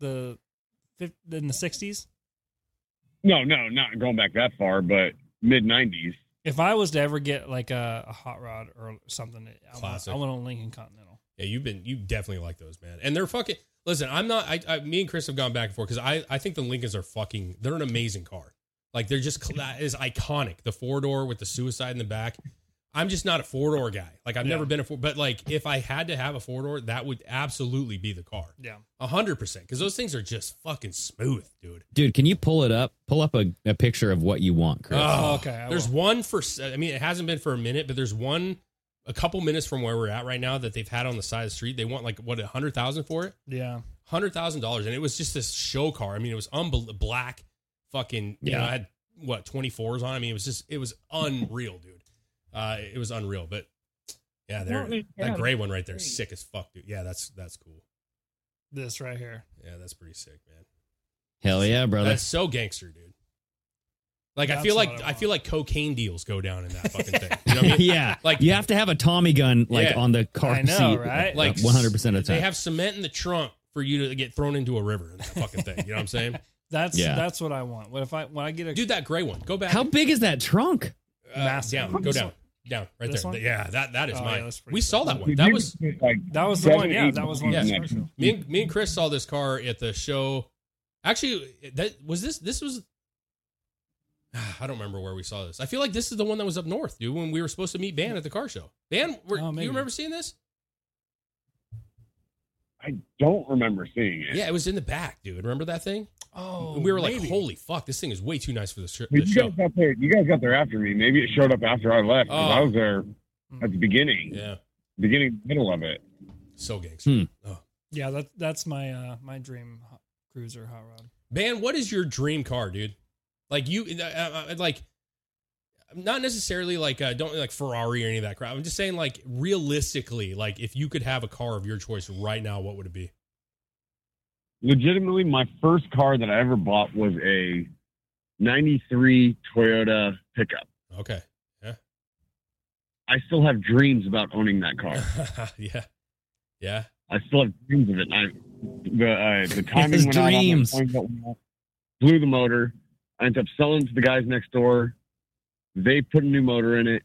Speaker 5: the fif- in the sixties.
Speaker 7: No, no, not going back that far, but mid '90s.
Speaker 5: If I was to ever get like a, a hot rod or something, I want,
Speaker 3: Classic.
Speaker 5: I want a Lincoln Continental.
Speaker 3: Yeah, you've been you definitely like those, man. And they're fucking. Listen, I'm not. I, I me and Chris have gone back and forth because I I think the Lincolns are fucking. They're an amazing car. Like they're just cl- that is iconic. The four door with the suicide in the back. I'm just not a four door guy. Like I've never been a four. But like if I had to have a four door, that would absolutely be the car.
Speaker 5: Yeah.
Speaker 3: A hundred percent. Because those things are just fucking smooth, dude.
Speaker 4: Dude, can you pull it up? Pull up a, a picture of what you want, Chris.
Speaker 3: Oh,
Speaker 5: okay, I
Speaker 3: there's one for. I mean, it hasn't been for a minute, but there's one. A couple minutes from where we're at right now, that they've had on the side of the street, they want like what a hundred thousand for it.
Speaker 5: Yeah.
Speaker 3: hundred thousand dollars, and it was just this show car. I mean, it was unbel- black, fucking. You know,
Speaker 4: Yeah.
Speaker 3: I had what twenty fours on. I mean, it was just it was unreal, dude. Uh, it was unreal, but yeah, there that gray one right there, is sick as fuck, dude. Yeah, that's that's cool.
Speaker 5: This right here.
Speaker 3: Yeah, that's pretty sick, man.
Speaker 4: Hell yeah, brother.
Speaker 3: That's so gangster, dude. Like I
Speaker 5: That's
Speaker 3: feel
Speaker 5: what
Speaker 3: like
Speaker 5: I
Speaker 3: I,
Speaker 5: want.
Speaker 3: feel like cocaine deals go down in that fucking thing. You know what I mean?
Speaker 4: yeah.
Speaker 3: Like-
Speaker 4: Like you have to have a Tommy gun like
Speaker 3: Yeah.
Speaker 4: on the car
Speaker 5: I know,
Speaker 4: seat,
Speaker 5: right?
Speaker 3: Like
Speaker 4: Like 100 percent of the
Speaker 3: They
Speaker 4: time.
Speaker 3: have cement in the trunk for you to get thrown into a river in that fucking thing. You know what I'm saying,
Speaker 5: That's
Speaker 4: Yeah.
Speaker 5: that's what I want. What if I when I get a
Speaker 3: dude? That gray one, go back.
Speaker 4: How big is that trunk?
Speaker 3: Uh,
Speaker 5: Massive.
Speaker 3: Down, go
Speaker 5: This
Speaker 3: down,
Speaker 5: one?
Speaker 3: down, right
Speaker 5: This
Speaker 3: there.
Speaker 5: one?
Speaker 3: Yeah, that that is
Speaker 5: Oh, yeah,
Speaker 3: mine.
Speaker 5: that's pretty
Speaker 3: we
Speaker 5: cool.
Speaker 3: saw that one. That was
Speaker 5: That was the one, yeah, that was one
Speaker 3: of the
Speaker 5: special.
Speaker 3: me and me and Chris saw this car at the show. Actually, that was this. This was. I don't remember where we saw this. I feel like this is the one that was up north, dude. When we were supposed to meet Van at the car show. Van, were,
Speaker 5: Oh,
Speaker 3: do
Speaker 5: maybe.
Speaker 3: you remember seeing this?
Speaker 7: I don't remember seeing it.
Speaker 3: Yeah, it was in the back, dude. Remember that thing?
Speaker 5: oh
Speaker 3: And we were like,
Speaker 5: maybe.
Speaker 3: "Holy fuck, this thing is way too nice for the, sh-
Speaker 7: But
Speaker 3: the
Speaker 7: you
Speaker 3: show."
Speaker 7: guys got there. You guys got there after me. Maybe it showed up after I left. 'cause
Speaker 3: Oh.
Speaker 7: I was there
Speaker 5: Mm.
Speaker 7: at the beginning,
Speaker 3: Yeah,
Speaker 7: beginning, middle of it.
Speaker 3: so gangster.
Speaker 4: Hmm.
Speaker 3: Oh.
Speaker 5: Yeah, that that's my uh my dream hot- cruiser hot rod.
Speaker 3: Man, what is your dream car, dude? Like you, uh, uh, like not necessarily like uh, don't like Ferrari or any of that crap. I'm just saying, like realistically, like if you could have a car of your choice right now, what would it be?
Speaker 7: Legitimately, my first car that I ever bought was a '93 Toyota pickup.
Speaker 3: Okay,
Speaker 7: I still have dreams about owning that car.
Speaker 3: yeah, yeah.
Speaker 7: I still have dreams of it. I, the uh, the timing
Speaker 4: His
Speaker 7: went out on my
Speaker 4: dreams.
Speaker 7: phone, but went out, blew the motor. I ended up selling it to the guys next door. They put a new motor in it,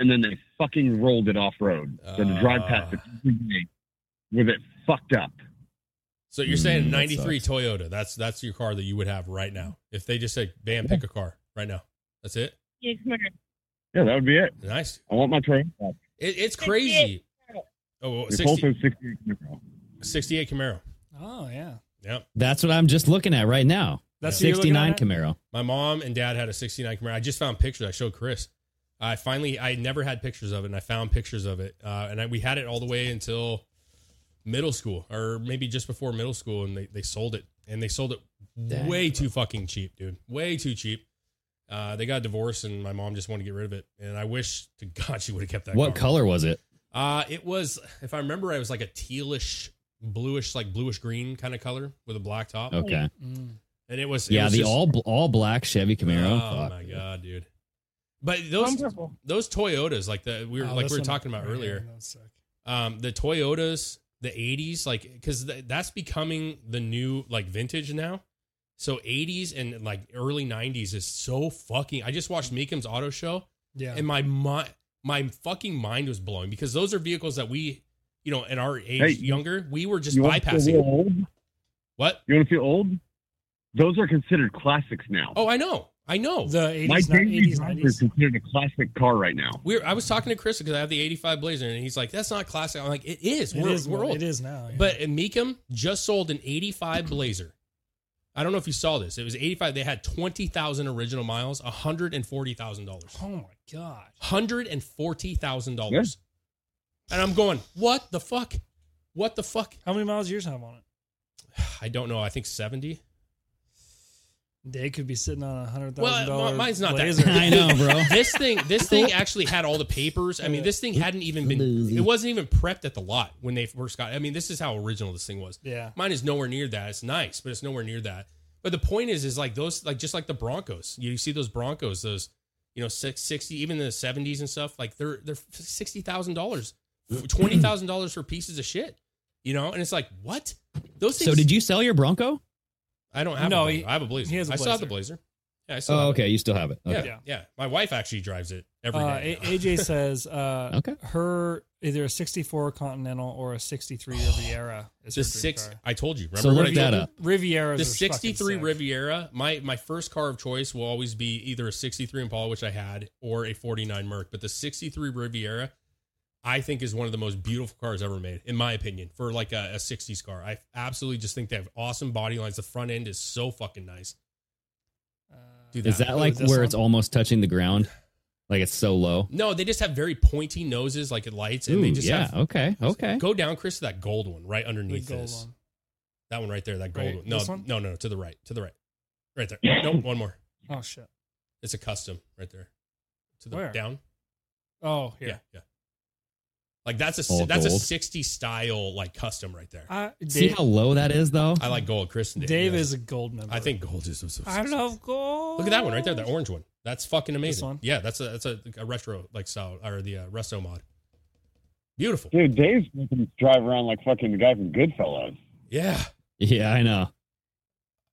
Speaker 7: and then they fucking rolled it off road. So to drive
Speaker 3: Ah.
Speaker 7: past it every day with it fucked up.
Speaker 3: So you're
Speaker 4: Hmm,
Speaker 3: saying
Speaker 4: that
Speaker 3: '93
Speaker 4: sucks.
Speaker 3: Toyota? That's that's your car that you would have right now if they just said, "Bam, pick a car right now." That's it.
Speaker 7: Yeah, that would be it.
Speaker 3: Nice.
Speaker 7: I want my Toyota. back.
Speaker 3: It, it's crazy. Oh,
Speaker 7: It's
Speaker 3: 60,
Speaker 7: also 68 Camaro.
Speaker 3: 68 Camaro.
Speaker 5: Oh yeah.
Speaker 3: Yep.
Speaker 4: That's what I'm just looking at right now.
Speaker 5: That's who you're looking
Speaker 4: 69
Speaker 5: at?
Speaker 4: Camaro.
Speaker 3: My mom and dad had a 69 Camaro. I just found pictures. I showed Chris. I finally, I never had pictures of it, and I found pictures of it. Uh, and I, we had it all the way until middle school, or maybe just before middle school, and they, they sold it. And they sold it
Speaker 4: Dang.
Speaker 3: way too fucking cheap, dude. Way too cheap. Uh, they got divorced, and my mom just wanted to get rid of it. And I wish to God she would have kept that.
Speaker 4: What
Speaker 3: car.
Speaker 4: color was it?
Speaker 3: Uh, it was, if I remember, right, it was like a tealish, bluish, like bluish green kind of color with a black top.
Speaker 4: Okay.
Speaker 5: Mm.
Speaker 3: And Oh, it was it
Speaker 4: Yeah,
Speaker 3: was
Speaker 4: the
Speaker 3: just-
Speaker 4: all bl- all black Chevy Camaro.
Speaker 3: Oh
Speaker 4: Fuck.
Speaker 3: my god, dude! But those
Speaker 5: Wonderful.
Speaker 3: those Toyotas, like the we were
Speaker 5: Oh,
Speaker 3: like
Speaker 5: this
Speaker 3: we were
Speaker 5: one-
Speaker 3: talking about
Speaker 5: man,
Speaker 3: earlier,
Speaker 5: that was sick.
Speaker 3: um, the Toyotas, the '80s, like because th- that's becoming the new like vintage now. So '80s and like early '90s is so fucking. I just watched Meekum's Auto Show,
Speaker 5: Yeah.
Speaker 3: and my my my fucking mind was blowing because those are vehicles that we, you know, at our age,
Speaker 7: Hey,
Speaker 3: younger, we were just
Speaker 7: you want to feel
Speaker 3: bypassing.
Speaker 7: old?
Speaker 3: What?
Speaker 7: You want to feel old? Those are considered classics now.
Speaker 3: Oh, I know, I know.
Speaker 5: the
Speaker 7: My
Speaker 5: 80s,
Speaker 7: daily
Speaker 5: 80s,
Speaker 7: driver is
Speaker 5: 90s.
Speaker 7: considered a classic car right now.
Speaker 3: we were, I was talking to Chris because I have the '85 Blazer, and he's like, "That's not classic." I'm like, "It is.
Speaker 5: It
Speaker 3: We're,
Speaker 5: is,
Speaker 3: we're
Speaker 5: well,
Speaker 3: old.
Speaker 5: it is now. yeah.
Speaker 3: But Meekum just sold an 85 Blazer. I don't know if you saw this. It was 85. They had 20,000 original miles, $140,000.
Speaker 5: oh my god,
Speaker 3: $140,000. And I'm going, what the fuck? What the fuck?
Speaker 5: how many miles yours have on it?
Speaker 3: I don't know. I think 70.
Speaker 5: They could be sitting on a hundred
Speaker 3: Well,
Speaker 5: thousand dollars.
Speaker 3: mi- mine's not that-
Speaker 4: I know, bro.
Speaker 3: This thing, this thing actually had all the papers. I mean, this thing hadn't even been, it wasn't even prepped at the lot when they first got. I mean, this is how original this thing was.
Speaker 5: Yeah.
Speaker 3: Mine is nowhere near that. It's nice, but it's nowhere near that. But the point is, is like those, like just like the Broncos. You see those Broncos, those you know six sixty, even the seventies and stuff. Like they're they're sixty thousand dollars, twenty thousand dollars for pieces of shit. You know, and it's like what those things.
Speaker 4: So did you sell your Bronco?
Speaker 3: I don't have
Speaker 5: No,
Speaker 3: no. A
Speaker 5: he-
Speaker 3: Blazer. I have a Blazer.
Speaker 5: he has a
Speaker 3: I still have the Blazer. Yeah, I still. have
Speaker 4: oh,
Speaker 3: it.
Speaker 4: okay. You still have it.
Speaker 3: Yeah,
Speaker 4: Okay.
Speaker 3: yeah, My wife actually drives it every day.
Speaker 5: Uh, A- AJ says, uh,
Speaker 4: Okay.
Speaker 5: her either a '64 Continental or a '63 Riviera is
Speaker 3: the
Speaker 5: her dream
Speaker 3: six.
Speaker 5: car.
Speaker 3: I told you. Remember
Speaker 4: So
Speaker 3: what
Speaker 4: look
Speaker 3: I
Speaker 4: that
Speaker 3: told you?
Speaker 4: up.
Speaker 5: Rivieras.
Speaker 3: the
Speaker 5: are fucking
Speaker 3: 63
Speaker 5: sick.
Speaker 3: Riviera, my my first car of choice will always be either a 63 Impala, which I had, or a 49 Merc. But the 63 Riviera, I think, is one of the most beautiful cars ever made, in my opinion, for like a, a 60s car. I absolutely just think they have awesome body lines. The front end is so fucking nice.
Speaker 5: Uh,
Speaker 3: Dude,
Speaker 4: Is that like
Speaker 5: this
Speaker 4: where
Speaker 5: one?
Speaker 4: it's almost touching the ground? Like it's so low.
Speaker 3: No, they just have very pointy noses, like it lights, and they
Speaker 4: Ooh,
Speaker 3: just
Speaker 4: yeah.
Speaker 3: have.
Speaker 4: okay. Okay.
Speaker 3: Go down, Chris, to that gold one right
Speaker 5: the
Speaker 3: underneath
Speaker 5: gold
Speaker 3: this.
Speaker 5: one.
Speaker 3: That one right there, that gold
Speaker 5: Right,
Speaker 3: one. No,
Speaker 5: this one?
Speaker 3: no, no, to the right, to the right, right there. nope, one more.
Speaker 5: Oh shit.
Speaker 3: It's a custom right there. To the
Speaker 5: Where?
Speaker 3: down.
Speaker 5: Oh
Speaker 3: Yeah,
Speaker 5: here.
Speaker 3: yeah. Like that's a
Speaker 4: All
Speaker 3: that's a
Speaker 4: gold.
Speaker 3: 60 style like custom right there. I,
Speaker 5: I, Dave,
Speaker 4: See how low that is, though.
Speaker 3: like gold, Chris. and
Speaker 5: Dave
Speaker 3: yeah.
Speaker 5: is a gold member.
Speaker 3: I think gold is. is- is-
Speaker 5: I love gold.
Speaker 3: Look at that one right there, the orange one. That's fucking amazing.
Speaker 5: one?
Speaker 3: Yeah, that's a that's a, a retro like style or the uh, resto mod. Beautiful.
Speaker 7: Dude, Dave's fucking drive around like fucking the guy from Goodfellas.
Speaker 3: Yeah.
Speaker 4: Yeah, I know.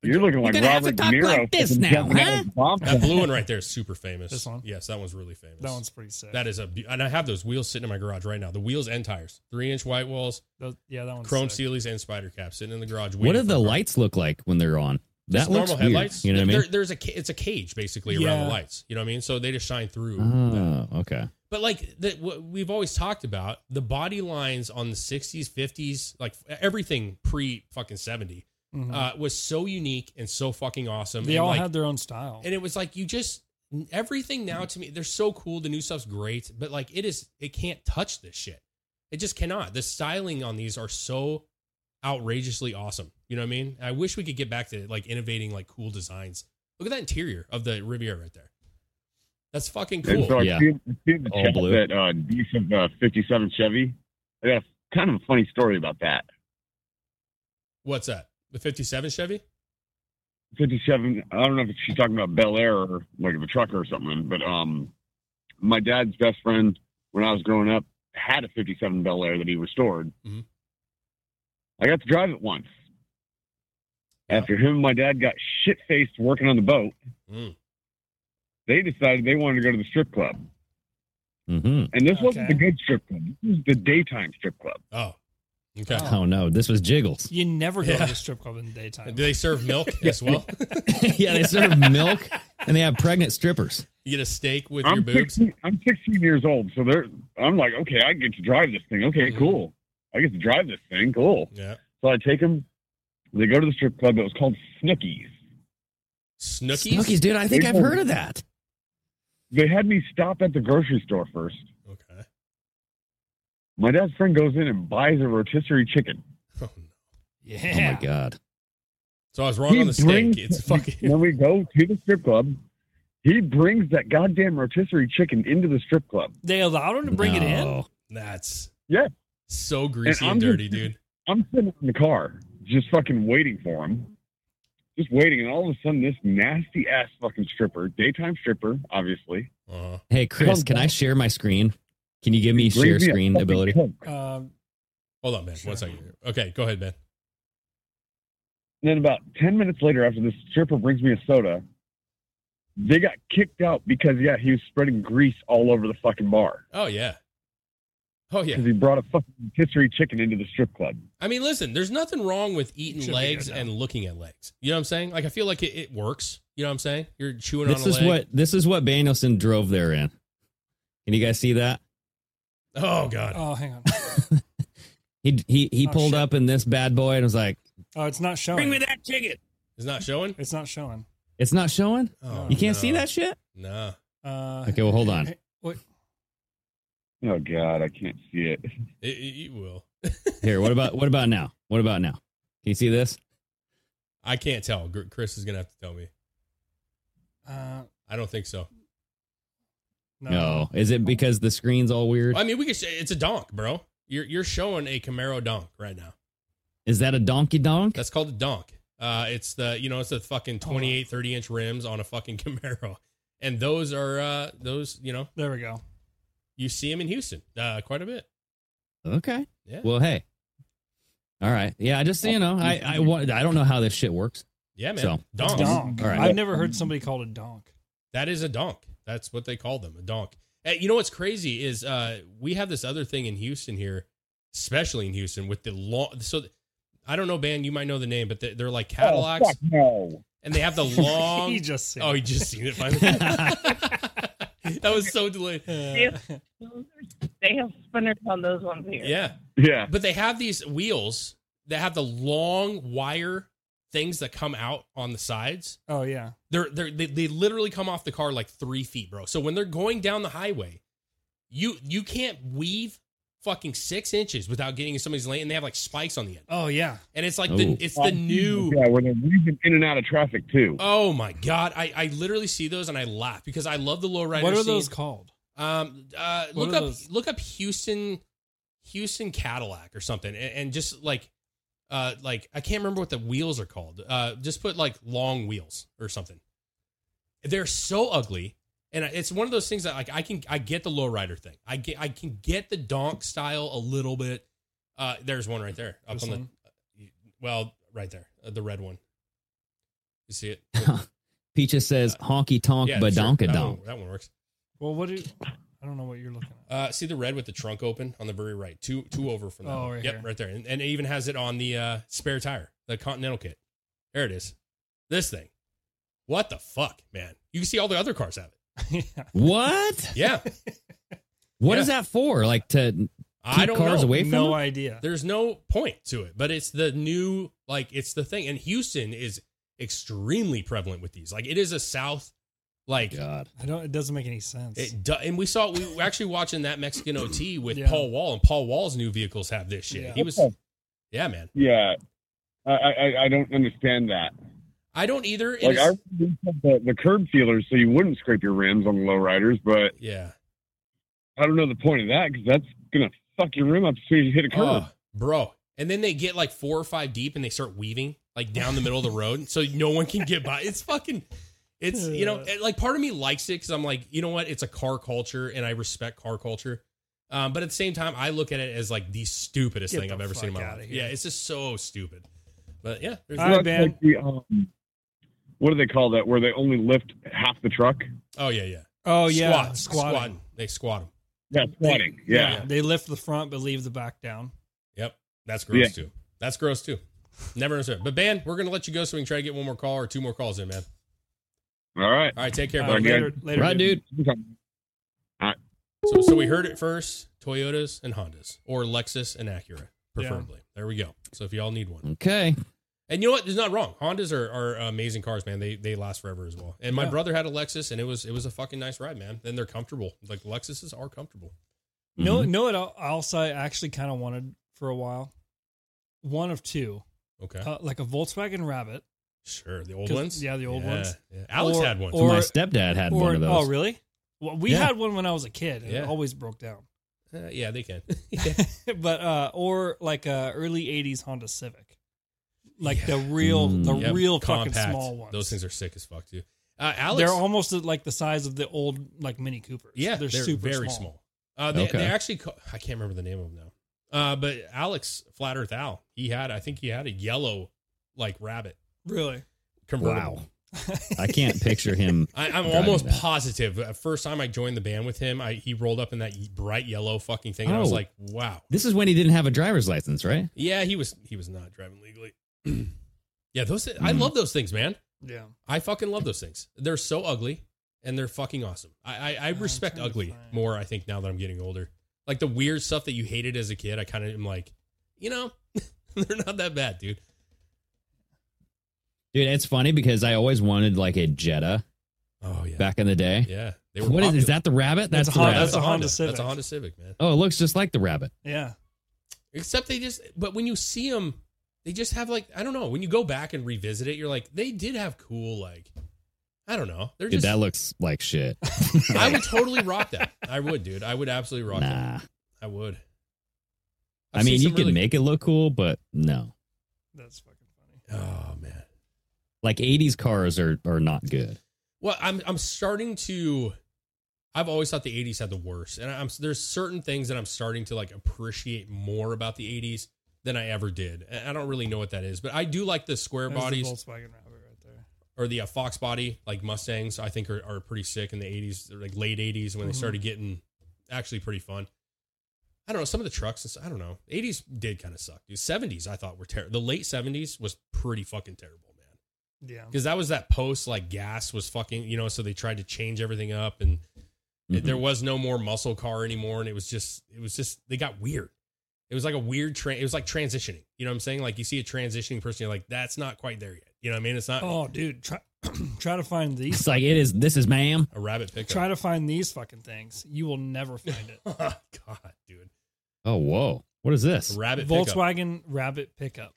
Speaker 7: You're looking like
Speaker 4: gonna have to
Speaker 7: Robert
Speaker 4: talk
Speaker 7: De Niro.
Speaker 4: like this
Speaker 7: fucking
Speaker 4: now,
Speaker 7: jumping out
Speaker 4: huh?
Speaker 7: of a bomb
Speaker 3: That blue one right there is super famous.
Speaker 5: This one?
Speaker 3: Yes, that one's really famous.
Speaker 5: That one's pretty sick.
Speaker 3: that is a be- and I have those wheels sitting in my garage right now. The wheels and tires, three inch white walls,
Speaker 5: Those- yeah, that one's
Speaker 3: chrome
Speaker 5: sick.
Speaker 3: sealies, and spider caps sitting in the garage.
Speaker 4: What do
Speaker 3: waiting for
Speaker 4: the
Speaker 3: a car.
Speaker 4: lights look like when they're on? That
Speaker 3: Just
Speaker 4: looks
Speaker 3: normal
Speaker 4: weird.
Speaker 3: headlights.
Speaker 4: You know what I
Speaker 3: There-
Speaker 4: mean?
Speaker 3: There's a ca- it's a cage basically around
Speaker 5: Yeah.
Speaker 3: the lights. You know what I mean? So they just shine through.
Speaker 4: Oh, okay.
Speaker 3: But like that, what we've always talked about the body lines on the 60s, 50s, like everything pre fucking 70
Speaker 5: Mhm.
Speaker 4: Uh-huh.
Speaker 3: uh, was so unique and so fucking awesome.
Speaker 5: they
Speaker 3: and
Speaker 5: all
Speaker 3: like,
Speaker 5: had their own style.
Speaker 3: and it was like you just everything now to me. They're so cool. The new stuff's great, but like it is, it can't touch this shit. It just cannot. The styling on these are so outrageously awesome. You know what I mean? I wish we could get back to like innovating like cool designs. Look at that interior of the Riviera right there. That's fucking
Speaker 7: And so
Speaker 3: cool.
Speaker 7: I
Speaker 4: Yeah.
Speaker 7: see, I see the
Speaker 4: All
Speaker 7: chat
Speaker 4: blue.
Speaker 7: that uh, decent uh, 57 Chevy. I got a, kind of a funny story about that.
Speaker 3: What's that? The 57 Chevy?
Speaker 7: 57 i don't know if she's talking about bel air or like of a trucker or something but um my dad's best friend when i was growing up had a 57 bel air that he restored
Speaker 4: Mm-hmm.
Speaker 3: Mhm.
Speaker 7: i got to drive it once after him and my dad got shit faced working on the boat
Speaker 3: Mm.
Speaker 7: they decided they wanted to go to the strip club
Speaker 4: Mm-hmm.
Speaker 7: and this wasn't
Speaker 5: Okay.
Speaker 7: the good strip club this was the daytime strip club
Speaker 3: Oh, okay.
Speaker 4: Oh no, this was Jiggles.
Speaker 5: you never go
Speaker 3: Yeah.
Speaker 5: to the strip club in the daytime.
Speaker 3: Do they serve milk as well?
Speaker 4: yeah, they serve milk and they have pregnant strippers.
Speaker 3: You get a steak with your
Speaker 7: I'm
Speaker 3: boobs?
Speaker 7: 16, I'm 16 years old, so they're, I'm like, okay, I get to drive this thing. Okay,
Speaker 3: Mhm.
Speaker 7: cool. I get to drive this thing. Cool.
Speaker 3: Yeah.
Speaker 7: So I take them. They go to the strip club. It was called Snookies.
Speaker 3: Snookies?
Speaker 4: Snookies, dude. I think I've heard of that.
Speaker 7: They had me stop at the grocery store first.
Speaker 3: Okay.
Speaker 7: My dad's friend goes in and buys a rotisserie chicken.
Speaker 3: Oh, no.
Speaker 4: Oh
Speaker 5: yeah.
Speaker 4: my god.
Speaker 3: So I was wrong on the steak. It's fucking.
Speaker 7: Then we go to the strip club. He brings that goddamn rotisserie chicken into the strip club.
Speaker 5: They allowed him to bring it in.
Speaker 4: No.
Speaker 3: That's
Speaker 7: Yeah.
Speaker 3: so greasy
Speaker 7: And
Speaker 3: and,
Speaker 7: I'm just-
Speaker 3: dirty, dude.
Speaker 7: I'm sitting in the car, just fucking waiting for him. Just waiting, and all of a sudden, this nasty ass fucking stripper, daytime stripper, obviously.
Speaker 3: Uh-huh.
Speaker 4: Hey, Chris, can I share my screen? Can you give me
Speaker 7: brings
Speaker 4: share
Speaker 7: me a
Speaker 4: screen
Speaker 7: fucking
Speaker 4: ability?
Speaker 7: Coke.
Speaker 5: Um,
Speaker 3: Hold on, man.
Speaker 5: Sure.
Speaker 3: One second. Okay, go ahead, man.
Speaker 7: And then about 10 minutes later, after this stripper brings me a soda, they got kicked out because, yeah, he was spreading grease all over the fucking bar
Speaker 3: Oh yeah. Oh yeah.
Speaker 7: because he brought a fucking rotisserie chicken into the strip club.
Speaker 3: I mean, listen, there's nothing wrong with eating
Speaker 5: Should be
Speaker 3: legs
Speaker 5: good, though.
Speaker 3: and looking at legs. You know what I'm saying? Like I feel like it, it works. You know what I'm saying? You're chewing
Speaker 4: This
Speaker 3: on a
Speaker 4: is
Speaker 3: leg.
Speaker 4: what this is what Danielson drove there in. Can you guys see that?
Speaker 3: Oh god.
Speaker 5: oh, hang on.
Speaker 4: He he he
Speaker 5: Oh,
Speaker 4: pulled
Speaker 5: shit.
Speaker 4: up in this bad boy and was like,
Speaker 5: Oh, it's not showing.
Speaker 4: that ticket."
Speaker 3: It's not showing?
Speaker 5: It's not showing.
Speaker 4: It's not showing.
Speaker 3: Oh,
Speaker 4: You can't
Speaker 3: no.
Speaker 4: see that shit.
Speaker 3: No.
Speaker 5: Uh,
Speaker 4: Okay, well, hold on.
Speaker 5: hey, What?
Speaker 7: Oh, God, I can't see it.
Speaker 3: It, it- it will.
Speaker 4: Here, what about what about now? What about now? Can you see this?
Speaker 3: I can't tell. Gr- Chris is going to have to tell me.
Speaker 5: Uh,
Speaker 3: I don't think so.
Speaker 5: no.
Speaker 4: No. Is it because the screen's all weird?
Speaker 3: I mean, we could say it's a donk, bro. You're you're showing a Camaro donk right now.
Speaker 4: Is that a donkey donk?
Speaker 3: That's called a donk. Uh, it's the you know it's the fucking 28, 30 inch rims on a fucking Camaro, and those are uh those you know
Speaker 5: There we go.
Speaker 3: you see them in Houston uh, quite a bit.
Speaker 4: Okay.
Speaker 3: Yeah.
Speaker 4: Well, hey. All right. Yeah, I just you know, I I want I don't know how this shit works.
Speaker 3: Yeah, man.
Speaker 4: So-
Speaker 5: It's
Speaker 3: donk.
Speaker 5: donk.
Speaker 4: All right.
Speaker 5: I've never heard somebody called a donk.
Speaker 3: That is a donk. That's what they call them, a donk. Hey, you know what's crazy is uh, we have this other thing in Houston here, especially in Houston with the long. So th- I don't know, Ben, you might know the name, but they- they're like Cadillacs,
Speaker 7: Oh, fuck no.
Speaker 3: and they have the long.
Speaker 5: he just said.
Speaker 3: oh, you just seen it finally. that was so delayed.
Speaker 8: They have spinners on those ones here.
Speaker 3: Yeah,
Speaker 7: Yeah.
Speaker 3: but they have these wheels that have the long wire things that come out on the sides.
Speaker 5: oh yeah.
Speaker 3: They're, they're they they literally come off the car like three feet, bro. So when they're going down the highway, you you can't weave fucking six inches without getting in somebody's lane. And they have like spikes on the end,
Speaker 5: Oh yeah.
Speaker 3: and it's like the
Speaker 4: Oh.
Speaker 3: it's the new.
Speaker 7: Yeah, where they're weaving in and out of traffic, too.
Speaker 3: Oh my god, I I literally see those and I laugh because I love the lowrider.
Speaker 5: what are
Speaker 3: scene.
Speaker 5: those called?
Speaker 3: Um, uh,
Speaker 5: What
Speaker 3: look
Speaker 5: are
Speaker 3: up
Speaker 5: those?
Speaker 3: look up Houston, Houston Cadillac or something, and, and just like, uh, like I can't remember what the wheels are called. Uh, just put like long wheels or something. They're so ugly, and it's one of those things that like I can I get the lowrider thing. I get I can get the donk style a little bit. Uh, there's one right there up
Speaker 5: This
Speaker 3: on
Speaker 5: one?
Speaker 3: the, well, right there, uh, the red one. You see it?
Speaker 4: Peaches says honky tonk
Speaker 3: Uh, Yeah, sure. Oh.
Speaker 4: badonka
Speaker 3: That
Speaker 4: donk.
Speaker 3: one- That one works.
Speaker 5: Well, what do you, I don't know what you're looking at.
Speaker 3: Uh, see the red with the trunk open on the very right, two two over from that.
Speaker 5: Oh,
Speaker 3: one.
Speaker 5: right
Speaker 3: yep,
Speaker 5: here.
Speaker 3: right there, and, and it even has it on the uh, spare tire, the Continental kit. There it is. This thing, what the fuck, man? You can see all the other cars have it.
Speaker 5: yeah.
Speaker 4: What?
Speaker 3: Yeah,
Speaker 4: What
Speaker 3: Yeah.
Speaker 4: is that for? Like to
Speaker 3: I
Speaker 4: Keep
Speaker 3: don't
Speaker 4: cars
Speaker 3: know.
Speaker 4: away from
Speaker 5: No
Speaker 4: them?
Speaker 5: idea.
Speaker 3: There's no point to it, but it's the new like it's the thing, and Houston is extremely prevalent with these. Like it is a South, like
Speaker 4: God.
Speaker 5: I don't. It doesn't make any sense.
Speaker 3: It do, and we saw we were actually watching that Mexican OT with
Speaker 5: Yeah.
Speaker 3: Paul Wall, and Paul Wall's new vehicles have this shit.
Speaker 5: Yeah.
Speaker 3: He was, yeah, man.
Speaker 7: Yeah. I, I, I don't understand that.
Speaker 3: I don't either. It
Speaker 7: Like
Speaker 3: is-
Speaker 7: I really put the, the curb sealers so you wouldn't scrape your rims on the lowriders, but
Speaker 3: yeah.
Speaker 7: I don't know the point of that because that's gonna fuck your rim up as soon as you hit a curb.
Speaker 3: Oh, bro. And then they get like four or five deep and they start weaving like down the middle of the road so no one can get by. It's fucking, it's, you know, it- like part of me likes it because I'm like, you know what? It's a car culture and I respect car culture. Um, but at the same time, I look at it as like the stupidest
Speaker 5: Get
Speaker 3: thing
Speaker 5: the
Speaker 3: I've ever seen in
Speaker 5: fuck
Speaker 3: my
Speaker 5: outta
Speaker 3: life.
Speaker 5: here.
Speaker 3: Yeah, it's just so stupid. But yeah, there's
Speaker 5: All right,
Speaker 7: Well,
Speaker 5: Ben.
Speaker 7: it's like the, um, what do they call that? Where they only lift half the truck?
Speaker 3: oh yeah, yeah.
Speaker 5: oh yeah.
Speaker 3: Squat,
Speaker 5: squatting.
Speaker 3: squatting. They squat them.
Speaker 7: Yeah, squatting. Yeah.
Speaker 5: They lift the front but leave the back down.
Speaker 3: Yep, that's gross
Speaker 7: Yeah.
Speaker 3: too. That's gross too. Never understood. But Ben, we're gonna let you go so we can try to get one more call or two more calls in, man.
Speaker 7: All right.
Speaker 3: All right, take care,
Speaker 5: Uh,
Speaker 3: buddy.
Speaker 7: Okay.
Speaker 5: later, later,
Speaker 4: Right, dude.
Speaker 3: So, so we heard it first: Toyotas and Hondas, or Lexus and Acura, preferably. There we go. So if y'all need one,
Speaker 4: Okay.
Speaker 3: and you know what, there's not wrong. Hondas are, are amazing cars, man. They they last forever as well. And my
Speaker 5: Yeah.
Speaker 3: brother had a Lexus, and it was it was a fucking nice ride, man. Then they're comfortable. Like Lexuses are comfortable. Mm-hmm.
Speaker 4: Mm-hmm.
Speaker 5: No, no. It al- also I actually kind of wanted for a while. One of two,
Speaker 3: Okay,
Speaker 5: uh, like a Volkswagen Rabbit
Speaker 3: Sure, the old
Speaker 5: 'Cause-
Speaker 3: ones.
Speaker 5: yeah, the old
Speaker 3: Yeah,
Speaker 5: ones.
Speaker 3: yeah. Alex
Speaker 5: Or-
Speaker 3: had one.
Speaker 5: or-
Speaker 4: my stepdad had
Speaker 5: Or-
Speaker 4: one of those.
Speaker 5: Oh, really? Well, we
Speaker 3: Yeah.
Speaker 5: had one when I was a kid, and
Speaker 3: Yeah.
Speaker 5: it always broke down.
Speaker 3: Uh, yeah, they can.
Speaker 5: but uh, or like a early '80s Honda Civic, like the
Speaker 3: Yeah.
Speaker 5: real,
Speaker 4: Mm.
Speaker 5: the
Speaker 3: Yep,
Speaker 5: real
Speaker 3: compact.
Speaker 5: fucking small ones.
Speaker 3: Those things are sick as fuck too. Uh, Alex,
Speaker 5: They're almost like the size of the old like Mini Coopers.
Speaker 3: yeah,
Speaker 5: they're, super
Speaker 3: very small.
Speaker 5: small.
Speaker 3: Uh, they,
Speaker 4: Okay.
Speaker 3: they actually, ca- I can't remember the name of them now. Uh, but Alex Flat Earth Al, he had, I think he had a yellow like rabbit
Speaker 5: Really?
Speaker 3: convertible.
Speaker 4: Wow. I can't picture him.
Speaker 3: I, I'm
Speaker 4: driving
Speaker 3: almost
Speaker 4: that.
Speaker 3: positive. The First time I joined the band with him, I, he rolled up in that ye- bright yellow fucking thing, and I was
Speaker 4: Oh.
Speaker 3: like, "Wow,
Speaker 4: This is when he didn't have a driver's license, right?
Speaker 3: yeah, he was he was not driving legally." yeah, those thi-
Speaker 4: Mm.
Speaker 3: I love those things, man.
Speaker 5: Yeah.
Speaker 3: I fucking love those things. They're so ugly, and they're fucking awesome. I I, I
Speaker 5: I'm
Speaker 3: respect
Speaker 5: trying to
Speaker 3: ugly
Speaker 5: find-
Speaker 3: more. I think now that I'm getting older, like the weird stuff that you hated as a kid, I kind of am like, you know, they're not that bad, dude.
Speaker 4: Dude, it's funny because I always wanted like a Jetta
Speaker 3: Oh yeah,
Speaker 4: back in the day.
Speaker 3: yeah. They
Speaker 4: What is,
Speaker 3: popular.
Speaker 4: is that? The rabbit?
Speaker 5: That's
Speaker 4: That's,
Speaker 5: a
Speaker 4: the
Speaker 5: Honda.
Speaker 4: rabbit.
Speaker 5: That's a Honda
Speaker 3: That's
Speaker 5: Civic.
Speaker 3: a Honda Civic, man.
Speaker 4: oh, it looks just like the rabbit.
Speaker 5: Yeah.
Speaker 3: Except they just, but when you see them, they just have like I don't know. When you go back and revisit it, you're like, they did have cool like, I don't know. They're
Speaker 4: Dude,
Speaker 3: just.
Speaker 4: that looks like shit.
Speaker 3: I would totally rock that. I would, dude. I would absolutely rock that.
Speaker 4: nah.
Speaker 3: I would.
Speaker 4: I
Speaker 3: I've
Speaker 4: mean,
Speaker 3: seen
Speaker 4: you
Speaker 3: some
Speaker 4: could
Speaker 3: really-
Speaker 4: make it look cool, but no.
Speaker 5: That's fucking funny.
Speaker 3: Oh man.
Speaker 4: Like 80s cars are, are not good.
Speaker 3: Well, I'm I'm starting to. I've always thought the '80s had the worst, and I'm there's certain things that I'm starting to like appreciate more about the '80s than I ever did. And I don't really know what that is, but I do like the square
Speaker 5: There's
Speaker 3: bodies
Speaker 5: The Volkswagen Rabbit right there.
Speaker 3: or the uh, Fox body, like Mustangs. I think are, are pretty sick in the '80s, or like late '80s when they
Speaker 5: Mhm.
Speaker 3: started getting actually pretty fun. I don't know some of the trucks. and s- I don't know. '80s did kind of suck. The '70s I thought were terrible. The late '70s was pretty fucking terrible, man
Speaker 5: Yeah.
Speaker 3: because that was that post like gas was fucking you know so they tried to change everything up and it-
Speaker 4: Mhm.
Speaker 3: there was no more muscle car anymore and it was just it was just they got weird it was like a weird train it was like transitioning you know what i'm saying like you see a transitioning person you're like that's not quite there yet you know what i mean it's not
Speaker 5: Oh, dude, try try to find these.
Speaker 4: It's like, it is, this is ma'am.
Speaker 3: a rabbit pickup
Speaker 5: Try to find these fucking things. You will never find it.
Speaker 3: Oh, god dude
Speaker 4: Oh, whoa. What is
Speaker 3: A
Speaker 4: this?
Speaker 3: rabbit pickup.
Speaker 5: Volkswagen Rabbit pickup.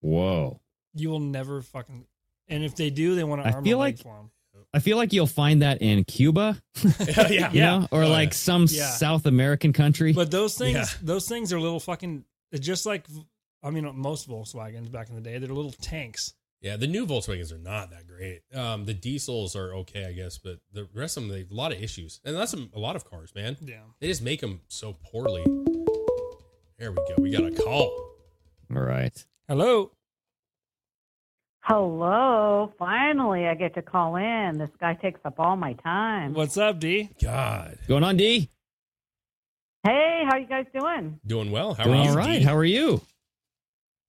Speaker 4: Whoa.
Speaker 5: You will never fucking. And if they do, they want to
Speaker 4: I
Speaker 5: arm
Speaker 4: feel
Speaker 5: a leg
Speaker 4: like-
Speaker 5: for 'em.
Speaker 4: I feel like you'll find that in Cuba.
Speaker 3: yeah
Speaker 4: you know, or
Speaker 3: Oh,
Speaker 4: like
Speaker 3: yeah.
Speaker 4: some
Speaker 5: Yeah.
Speaker 4: South American country.
Speaker 5: But those things,
Speaker 3: Yeah.
Speaker 5: those things are little fucking. it's Just like I mean, most Volkswagens back in the day, they're little tanks.
Speaker 3: yeah the new volkswagens are not that great um the diesels are okay i guess but the rest of them they a lot of issues and that's a, a lot of cars man
Speaker 5: Yeah.
Speaker 3: they just make them so poorly there we go we got a call
Speaker 4: All right.
Speaker 5: Hello.
Speaker 6: Hello, finally I get to call in. This guy takes up all my time.
Speaker 5: What's up, D?
Speaker 3: God,
Speaker 4: Going on, D?
Speaker 6: Hey, how you guys doing?
Speaker 3: doing well. How
Speaker 4: Doing
Speaker 3: are you?
Speaker 4: all right.
Speaker 3: Dee?
Speaker 4: How are you?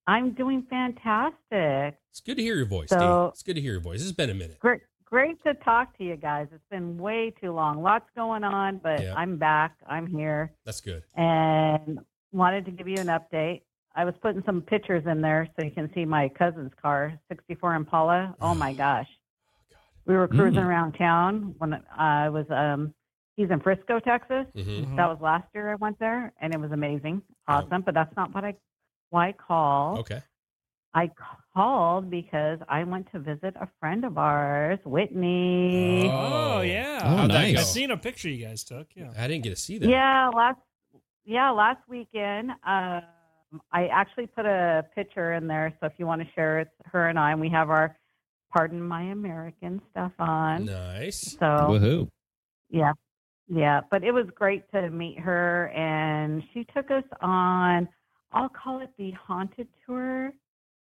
Speaker 6: I'm doing fantastic.
Speaker 3: it's good to hear your voice.
Speaker 6: So-
Speaker 3: Dee. It's good to hear your voice. It's been a minute.
Speaker 6: Great great to talk to you guys. It's been way too long. Lots going on, but
Speaker 3: Yeah.
Speaker 6: I'm back. I'm here
Speaker 3: That's good.
Speaker 6: and wanted to give you an update. I was putting some pictures in there so you can see my cousin's car, 64 Impala. Oh my gosh. We were cruising
Speaker 4: Mm.
Speaker 6: around town when I was um he's in Frisco, Texas.
Speaker 3: hmm
Speaker 6: That was last year I went there, and it was amazing,
Speaker 3: Oh.
Speaker 6: awesome. But that's not what I why I called.
Speaker 3: Okay.
Speaker 6: I called because I went to visit a friend of ours, Whitney.
Speaker 5: Oh,
Speaker 3: Oh.
Speaker 5: yeah.
Speaker 4: Oh,
Speaker 3: How'd that
Speaker 4: nice.
Speaker 3: go?
Speaker 5: I've seen a picture you guys took. Yeah.
Speaker 3: I didn't get to see that.
Speaker 6: yeah, last yeah last weekend. Um, I actually put a picture in there, so if you want to share, it's her and I, and we have our pardon my American stuff on.
Speaker 3: Nice.
Speaker 6: So
Speaker 4: Woohoo.
Speaker 6: Yeah. Yeah. But it was great to meet her. And she took us on, I'll call it the haunted tour,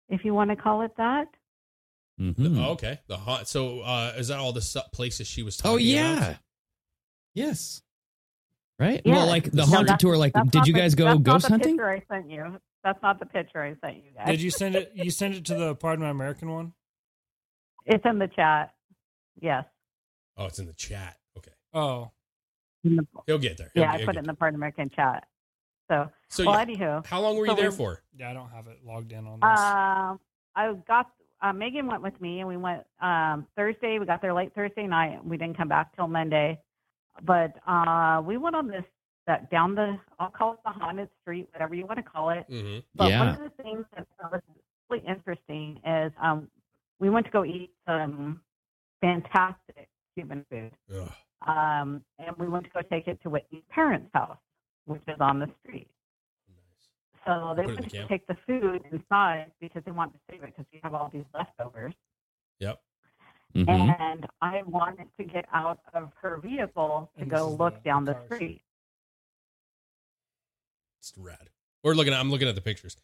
Speaker 6: if you want to call it that.
Speaker 4: Mhm.
Speaker 3: Oh, okay. The haunt. So, uh, is that all the su- places she was talking
Speaker 4: Oh
Speaker 3: about?
Speaker 4: yeah. Yes. Right?
Speaker 6: Yeah.
Speaker 4: Well, like the
Speaker 6: No,
Speaker 4: haunted
Speaker 6: that's-
Speaker 4: tour, like
Speaker 6: That's
Speaker 4: did
Speaker 6: not
Speaker 4: you
Speaker 6: the-
Speaker 4: guys go
Speaker 6: that's not
Speaker 4: ghost
Speaker 6: the
Speaker 4: hunting?
Speaker 6: Picture I sent you. That's not the picture I sent you guys.
Speaker 5: Did you send it? You sent it to the Pardon My American one?
Speaker 6: It's in the chat. Yes.
Speaker 3: Oh, it's in the chat. Okay.
Speaker 5: Oh,
Speaker 6: In the-
Speaker 3: He'll get there. He'll
Speaker 6: yeah,
Speaker 3: get-
Speaker 6: I put it in the Pardon American chat. So,
Speaker 4: Oh,
Speaker 3: So,
Speaker 6: well,
Speaker 3: yeah.
Speaker 6: anywho.
Speaker 3: how long were you
Speaker 6: so
Speaker 3: there
Speaker 6: we-
Speaker 3: for?
Speaker 5: yeah. I don't have it logged in on this.
Speaker 6: Um, I got uh, Megan went with me, and we went um, Thursday. We got there late Thursday night. and We didn't come back till Monday, but uh, we went on this that down the I'll call it the haunted street, whatever you want to call it.
Speaker 3: hmm
Speaker 6: But one
Speaker 4: Yeah.
Speaker 6: of the things that was really interesting is um,
Speaker 9: we went to go eat some fantastic Cuban food.
Speaker 3: Ugh.
Speaker 9: Um, and we went to go take it to Whitney's parents' house, which is on the street. So they
Speaker 3: Put it in the
Speaker 9: went to
Speaker 3: can.
Speaker 9: take the food inside because they wanted to save it because we have all these leftovers.
Speaker 3: Yep.
Speaker 4: Mm-hmm.
Speaker 3: Mm-hmm.
Speaker 9: And I wanted to get out of her vehicle to
Speaker 3: And this
Speaker 9: go
Speaker 3: is
Speaker 9: look
Speaker 3: the-
Speaker 9: down the
Speaker 3: cars.
Speaker 9: street.
Speaker 3: It's rad. We're looking. At, I'm looking at the pictures.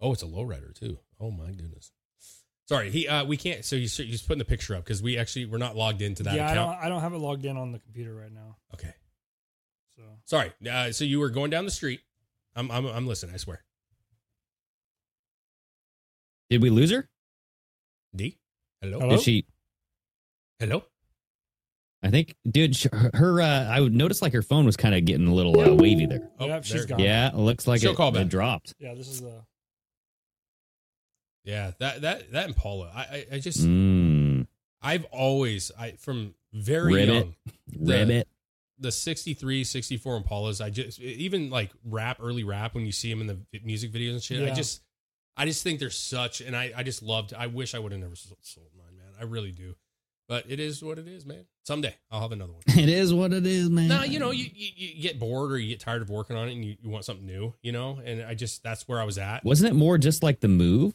Speaker 3: Oh, it's a lowrider too. Oh my goodness. Sorry, he. Uh, we can't. So he's, he's putting the picture up because we actually we're not logged into that
Speaker 5: yeah, I
Speaker 3: account.
Speaker 5: don't, I don't have it logged in on the computer right now.
Speaker 3: Okay.
Speaker 5: So
Speaker 3: Sorry. Uh, so you were going down the street. I'm. I'm. I'm listening. I swear.
Speaker 4: Did we lose her?
Speaker 3: D. Hello.
Speaker 4: Did she?
Speaker 3: Hello.
Speaker 4: I think, dude, sh- her. Uh, I would notice like her phone was kind of getting a little uh, wavy there.
Speaker 3: Oh,
Speaker 5: Yep, she's
Speaker 3: there-
Speaker 5: gone.
Speaker 4: Yeah, it looks like
Speaker 3: She'll
Speaker 4: it,
Speaker 3: call
Speaker 4: it
Speaker 3: back.
Speaker 4: dropped.
Speaker 5: yeah, this is the
Speaker 3: Yeah. That. That. That Impala. I. I, I just.
Speaker 4: Mm,
Speaker 3: I've always. I from very
Speaker 4: ribbit,
Speaker 3: young. the-
Speaker 4: ribbit.
Speaker 3: the 63 64 impalas i just even like rap early rap when you see them in the vi- music videos and shit i
Speaker 5: Yeah.
Speaker 3: just i just think they're such and i i just loved i wish i would have never sold, sold mine man i really do but it is what it is man someday i'll have another one
Speaker 4: It is what it is, man.
Speaker 3: no you know you, you you get bored or you get tired of working on it and you, you want something new you know and i just that's where i was at
Speaker 4: Wasn't it more just like the move?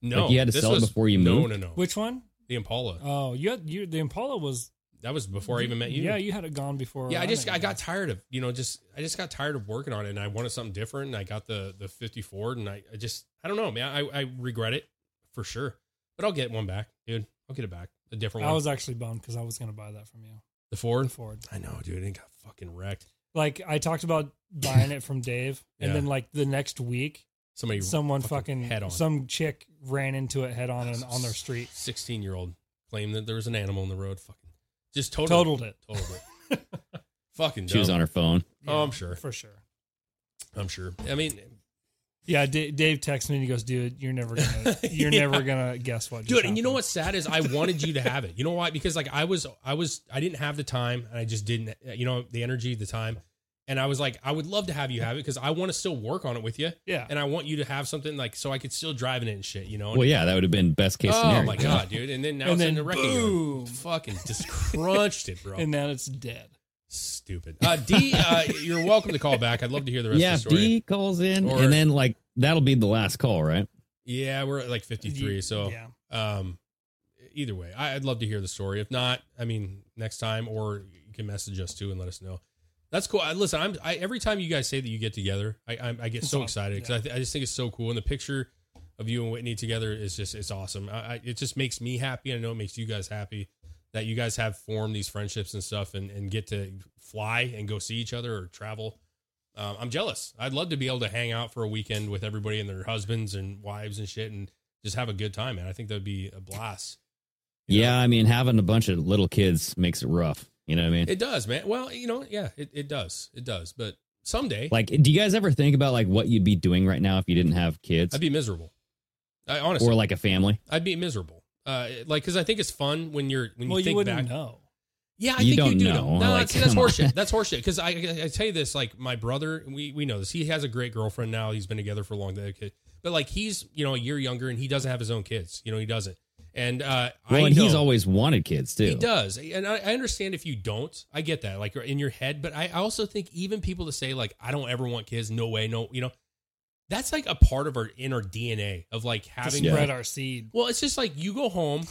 Speaker 3: no
Speaker 4: like you had to
Speaker 3: this
Speaker 4: sell it
Speaker 3: was-
Speaker 4: before you
Speaker 3: no
Speaker 4: moved?
Speaker 3: no no
Speaker 5: which one?
Speaker 3: the impala
Speaker 5: Oh, you had you the Impala was
Speaker 3: that was before i even met you
Speaker 5: Yeah, you had it gone before.
Speaker 3: yeah i just
Speaker 5: met
Speaker 3: i
Speaker 5: you.
Speaker 3: got tired of you know just i just got tired of working on it and i wanted something different and i got the the 50 ford and i, I just i don't know man I, I regret it for sure but i'll get one back dude i'll get it back a different
Speaker 5: I
Speaker 3: one
Speaker 5: was actually bummed because I was gonna buy that from you.
Speaker 3: the ford
Speaker 5: The Ford.
Speaker 3: i know dude it got fucking wrecked
Speaker 5: Like I talked about buying it from Dave, and
Speaker 3: Yeah.
Speaker 5: then like the next week,
Speaker 3: somebody
Speaker 5: someone fucking,
Speaker 3: head on
Speaker 5: some chick ran into it head on and on their street.
Speaker 3: 16 year old claimed that there was an animal in the road fucking just totaled,
Speaker 5: Totaled it.
Speaker 3: totaled it fucking
Speaker 4: She was
Speaker 3: dumb.
Speaker 4: on her phone.
Speaker 3: Oh, I'm
Speaker 5: Yeah,
Speaker 3: sure.
Speaker 5: for sure.
Speaker 3: i'm sure i mean
Speaker 5: Yeah, D- Dave texts me and he goes, "Dude, you're never gonna, you're
Speaker 3: Yeah.
Speaker 5: never gonna guess what."
Speaker 3: dude
Speaker 5: just
Speaker 3: and you know
Speaker 5: happened."
Speaker 3: what's sad is i wanted you to have it you know why because like i was i was i didn't have the time and i just didn't uh, you know the energy the time and i was like i would love to have you have it because i want to still work on it with you
Speaker 5: Yeah,
Speaker 3: and i want you to have something like so i could still drive in it and shit you know
Speaker 4: Well, yeah, that would have been best case
Speaker 3: oh
Speaker 4: scenario.
Speaker 3: my god dude and then now
Speaker 5: And
Speaker 3: it's
Speaker 5: then
Speaker 3: in the wrecking
Speaker 5: boom.
Speaker 3: yard. fucking just crunched it bro
Speaker 5: and then it's dead.
Speaker 3: stupid uh d uh you're welcome to call back i'd love to hear the rest
Speaker 4: yeah,
Speaker 3: of the story
Speaker 4: D calls in,
Speaker 3: Or-
Speaker 4: and then like that'll be the last call, right?
Speaker 3: yeah we're at like 53 so
Speaker 5: yeah,
Speaker 3: um either way I, i'd love to hear the story if not i mean next time or you can message us too and let us know that's cool I, listen i'm I, every time you guys say that you get together i i, I get
Speaker 5: It's
Speaker 3: so
Speaker 5: awesome,
Speaker 3: excited because I,
Speaker 5: yeah.
Speaker 3: th- I just think it's so cool and the picture of you and whitney together is just it's awesome I, I, it just makes me happy i know it makes you guys happy that you guys have formed these friendships and stuff and, and get to fly and go see each other or travel um, i'm jealous i'd love to be able to hang out for a weekend with everybody and their husbands and wives and shit and just have a good time, man. I think that'd be a blast. You
Speaker 4: Yeah, I mean, having a bunch of little kids makes it rough. You know what I mean?
Speaker 3: know? it does, man. Well, you know, yeah, it, it does, it does. But someday
Speaker 4: like, do you guys ever think about like what you'd be doing right now if you didn't have kids
Speaker 3: I'd be miserable. I honestly,
Speaker 4: or like a family?
Speaker 3: I'd be miserable. Uh, like, because I think it's fun when you're when you
Speaker 5: well, you,
Speaker 3: think
Speaker 5: wouldn't
Speaker 3: back.
Speaker 5: know.
Speaker 3: Yeah, I think
Speaker 4: You don't
Speaker 3: you do know.
Speaker 4: know.
Speaker 3: No,
Speaker 4: Like,
Speaker 3: see, that's
Speaker 4: come on.
Speaker 3: horseshit. That's horseshit. Because I, I, I tell you this, like my brother, we we know this. He has a great girlfriend now. He's been together for a long time. But like he's you know a year younger and he doesn't have his own kids. You know he doesn't. And uh,
Speaker 4: Well,
Speaker 3: I
Speaker 4: and he's
Speaker 3: know-
Speaker 4: always wanted kids too.
Speaker 3: He does, and I, I understand if you don't. I get that, like in your head. But I, I also think even people that say like, "I don't ever want kids," no way, no, you know, that's like a part of our in our DNA of like
Speaker 5: To
Speaker 3: having.
Speaker 5: spread our seed.
Speaker 3: Well, it's just like you go home,